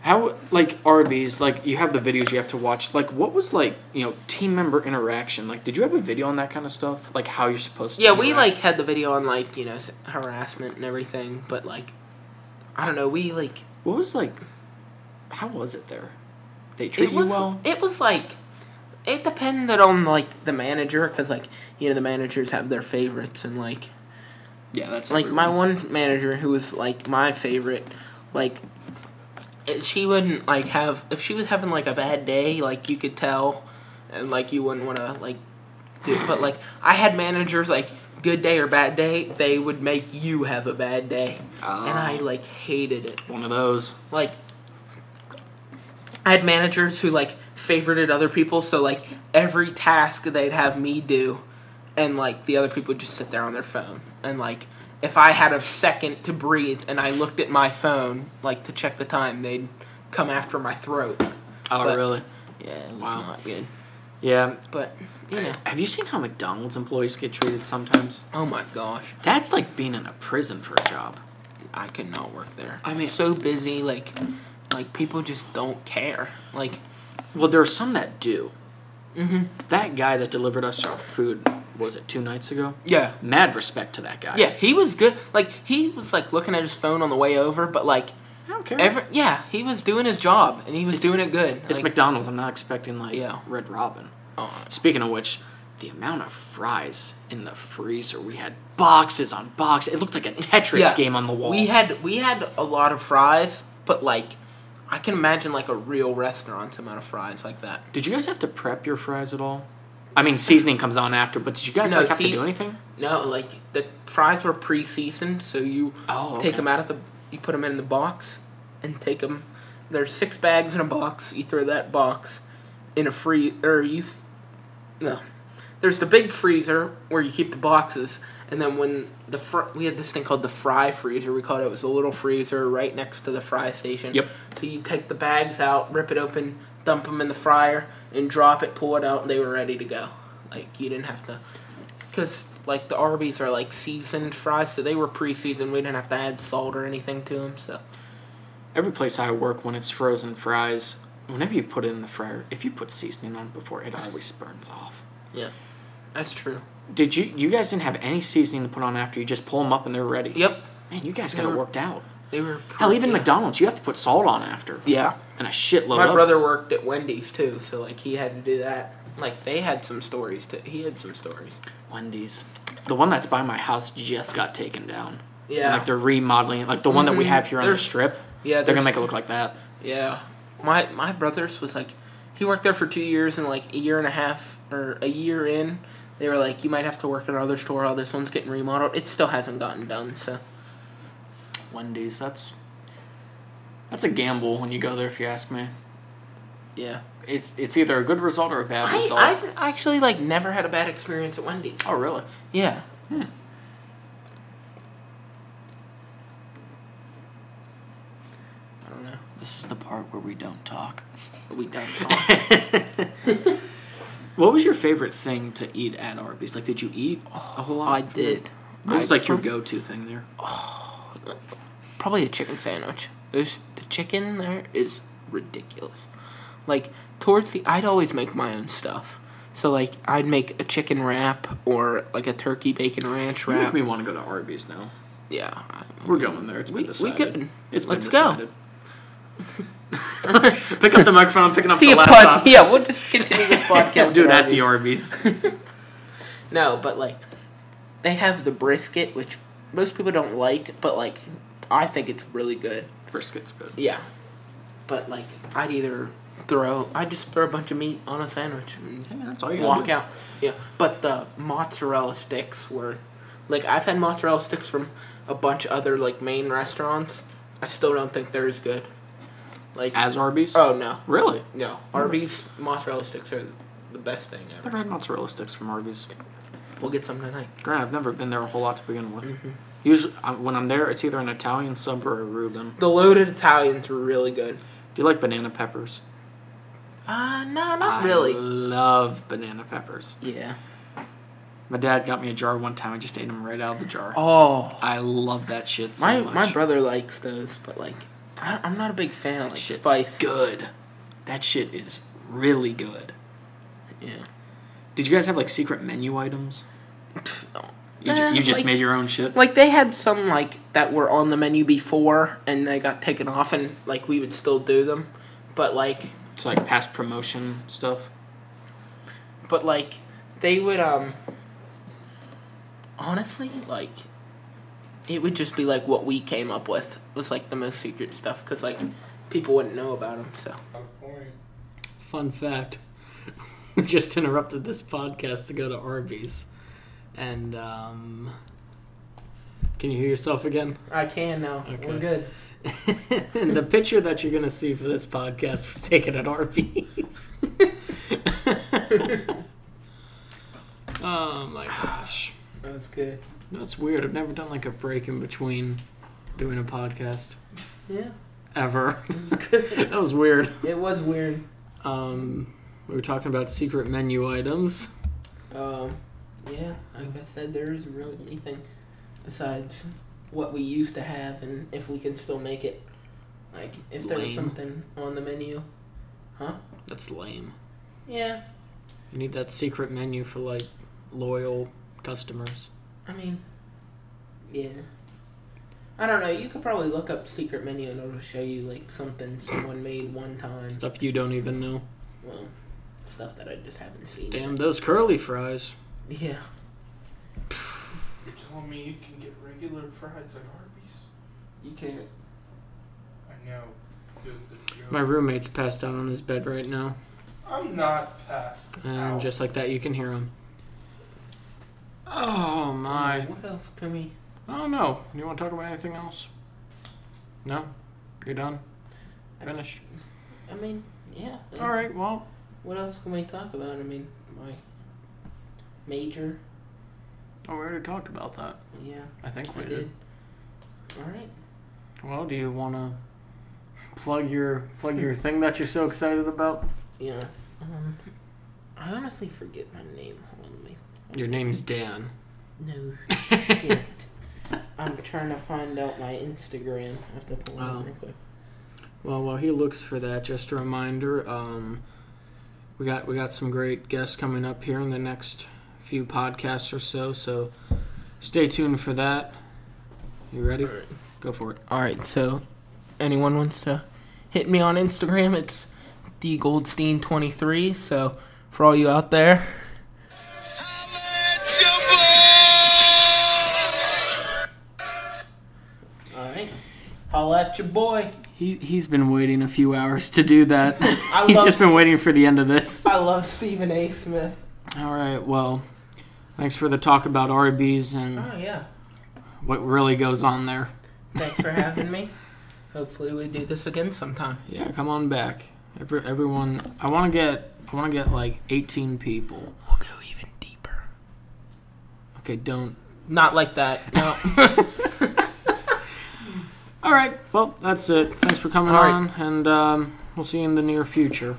How like Arby's, like you have the videos you have to watch. Like what was like, you know, team member interaction? Like did you have a video on that kind of stuff? Like how you're supposed to
yeah we
interact?
like had the video on like you know s- harassment and everything but like i don't know we like
what was like how was it there? They treat
it was
you well?
it was like it depended on like the manager because like you know the managers have their favorites and like
Yeah, that's
like my
everyone.
one manager who was like my favorite like it- she wouldn't like have if she was having like a bad day like you could tell and like you wouldn't want to like do but like i had managers like good day or bad day they would make you have a bad
Ah,
day and i like hated it
one of those.
like I had managers who like favorited other people, so like every task they'd have me do, and like the other people would just sit there on their phone. And like if I had a second to breathe and I looked at my phone like to check the time, they'd come after my throat.
Oh,
But-
really?
Yeah, it was
Wow.
not good.
Yeah.
But you know,
Have you seen how McDonald's employees get treated sometimes?
oh my gosh,
That's like being in a prison for a job.
I could not work there.
I mean-
so busy, like, like people just don't care. Like,
Well, there are some that do. Mm-hmm. That guy that delivered us our food, what was it two nights ago?
yeah,
Mad respect to that guy.
yeah, he was good. Like he was like looking at his phone on the way over, but like
I don't care.
every yeah, he was doing his job and he was doing it good.
it's
like,
McDonald's. I'm not expecting like
Yeah.
Red Robin.
oh,
Speaking of which, the amount of fries in the freezer, we had boxes on boxes. It looked like a Tetris
yeah.
game on the wall.
We had we had a lot of fries, but like I can imagine like a real restaurant's amount of fries like that.
Did you guys have to prep your fries at all? I mean, seasoning comes on after, but did you guys
No,
like, have
see-
to do anything?
No, like the fries were pre-seasoned, so you
Oh,
take
okay.
them out of the you put them in the box and take them. There's six bags in a box. You throw that box in a free or you th- no. There's the big freezer where you keep the boxes, and then when the fr- we had this thing called the fry freezer. We called it. It was a little freezer right next to the fry station.
Yep.
So you take the bags out, rip it open, dump them in the fryer, and drop it, pull it out, and they were ready to go. Like you didn't have to, because like the Arby's are like seasoned fries, so they were pre-seasoned. We didn't have to add salt or anything to them. So
Every place I work, when it's frozen fries, whenever you put it in the fryer, if you put seasoning on before, it always burns off.
yeah, that's true.
Did you? You guys didn't have any seasoning to put on after. You just pull them up and they're ready.
Yep.
Man, you guys got it
were-
worked out.
They were. Pre-
Hell, even
yeah.
McDonald's, you have to put salt on after.
Yeah.
And a shitload.
My
of-
brother worked at Wendy's too, so like he had to do that. Like they had some stories too. He had some stories.
Wendy's. The one that's by my house just got taken down.
Yeah.
Like they're remodeling it. Like the one that we have here on the
There's-
strip.
yeah,
They're gonna
there's-
make it look like that.
Yeah. My my brother's was like he worked there for two years and like a year and a half or a year in, they were like, You might have to work at another store while this one's getting remodeled. It still hasn't gotten done, so
Wendy's. That's that's a gamble when you go there, if you ask me.
yeah.
It's it's either a good result or a bad
I,
result.
I've actually like never had a bad experience at Wendy's.
oh really?
Yeah.
Hmm.
I don't know.
This is the part where we don't talk.
We don't talk.
What was your favorite thing to eat at Arby's? Like, did you eat a whole lot?
I did.
What was
I-
like your go-to thing there?
probably a chicken sandwich. There's the chicken there is ridiculous. Like towards the I'd always make my own stuff. So like I'd make a chicken wrap or like a turkey bacon ranch
You make
wrap.
me want to go to Arby's now.
Yeah. I-
We're going there. It's been
We- we
decided.
could.
It's been
Let's go.
decided. Pick up the microphone. I'm picking up
See
the
a
laptop.
pod. Yeah, we'll just continue this podcast.
We'll do it
without
at the
these.
Arby's.
No, but like they have the brisket, which most people don't like, but like I think it's really good.
Brisket's good.
Yeah. But like I'd either throw I'd just throw a bunch of meat on a sandwich and
Hey, man, that's all you gotta
walk
do.
out. Yeah, but the mozzarella sticks were, like, I've had mozzarella sticks from a bunch of other like main restaurants. I still don't think they're as good. Like,
As Arby's?
oh no,
Really?
no, Arby's mozzarella sticks are the best thing ever.
Never had mozzarella sticks from Arby's.
We'll get some tonight.
Granted, I've never been there a whole lot to begin with. Usually, I, when I'm there, it's either an Italian sub or a Reuben.
The loaded Italians were really good.
Do you like banana peppers?
Uh, no, not really.
I love banana peppers.
yeah.
My dad got me a jar one time. I just ate them right out of the jar.
Oh,
I love that shit so
my
much.
my brother likes those, but like, I, I'm not a big fan of like
Shit's
spice.
good. That shit is really good.
Yeah.
Did you guys have like secret menu items?
No.
You, ju-
Eh,
you just
like-
made your own shit.
Like they had some like that were on the menu before and they got taken off and like we would still do them. But like
It's like past promotion stuff.
but like they would um honestly like it would just be like what we came up with was like the most secret stuff cuz like people wouldn't know about them so
Fun fact: We just interrupted this podcast to go to Arby's, and um, can you hear yourself again?
I can now.
Okay.
We're good.
and the picture that you're going to see for this podcast was taken at Arby's. oh my gosh.
That's good.
That's weird. I've never done like a break in between doing a podcast
Yeah,
ever.
it was good.
that was weird.
it was weird.
Um, we were talking about secret menu items.
Um, yeah, like I said, there isn't really anything besides what we used to have and if we can still make it. Like, if there was
Lame.
something on the menu.
That's lame.
Yeah,
You need that secret menu for like loyal customers.
I mean, yeah. I don't know. You could probably look up secret menu and it'll show you like something someone made one time.
Stuff you don't even know.
Well, stuff that I just haven't seen.
Damn, those curly fries.
Yeah.
You're telling me you can get regular fries at Arby's?
You can't.
I know. It was a joke.
My roommate's passed out on his bed right now.
I'm not past.
And
out.
just like that, you can hear him. Oh my.
What else can we?
I don't know. You want to talk about anything else? No? You're done? Finish?
I mean, yeah.
Alright, well,
What else can we talk about? I mean, my major.
oh, we already talked about that.
Yeah,
I think
I
we
did.
did.
All right.
Well, do you want to plug your plug your thing that you're so excited about?
Yeah. Um, I honestly forget my name. Hold on, let me.
Your name's Dan.
No shit. I'm trying to find out my Instagram. I have to pull it
Oh.
up real quick.
Well, while he looks for that, just a reminder, um, we got we got some great guests coming up here in the next few podcasts or so. So stay tuned for that. You ready?
All right.
Go for it.
All right, so anyone wants to hit me on Instagram, it's the Goldstein 23 So for all you out there, all right, holla at your boy.
He he's been waiting a few hours to do that.
I
he's
love-
just been waiting for the end of this.
I love Stephen A. Smith.
All right. Well, thanks for the talk about Arby's and
Oh yeah,
what really goes on there.
thanks for having me. Hopefully we do this again sometime.
Yeah, come on back. Every, everyone, I want to get I want to get like 18 people.
We'll go even deeper.
Okay, don't.
Not like that. No.
All right. Well, that's it. Thanks for coming
All right.
on, and um, we'll see you in the near future.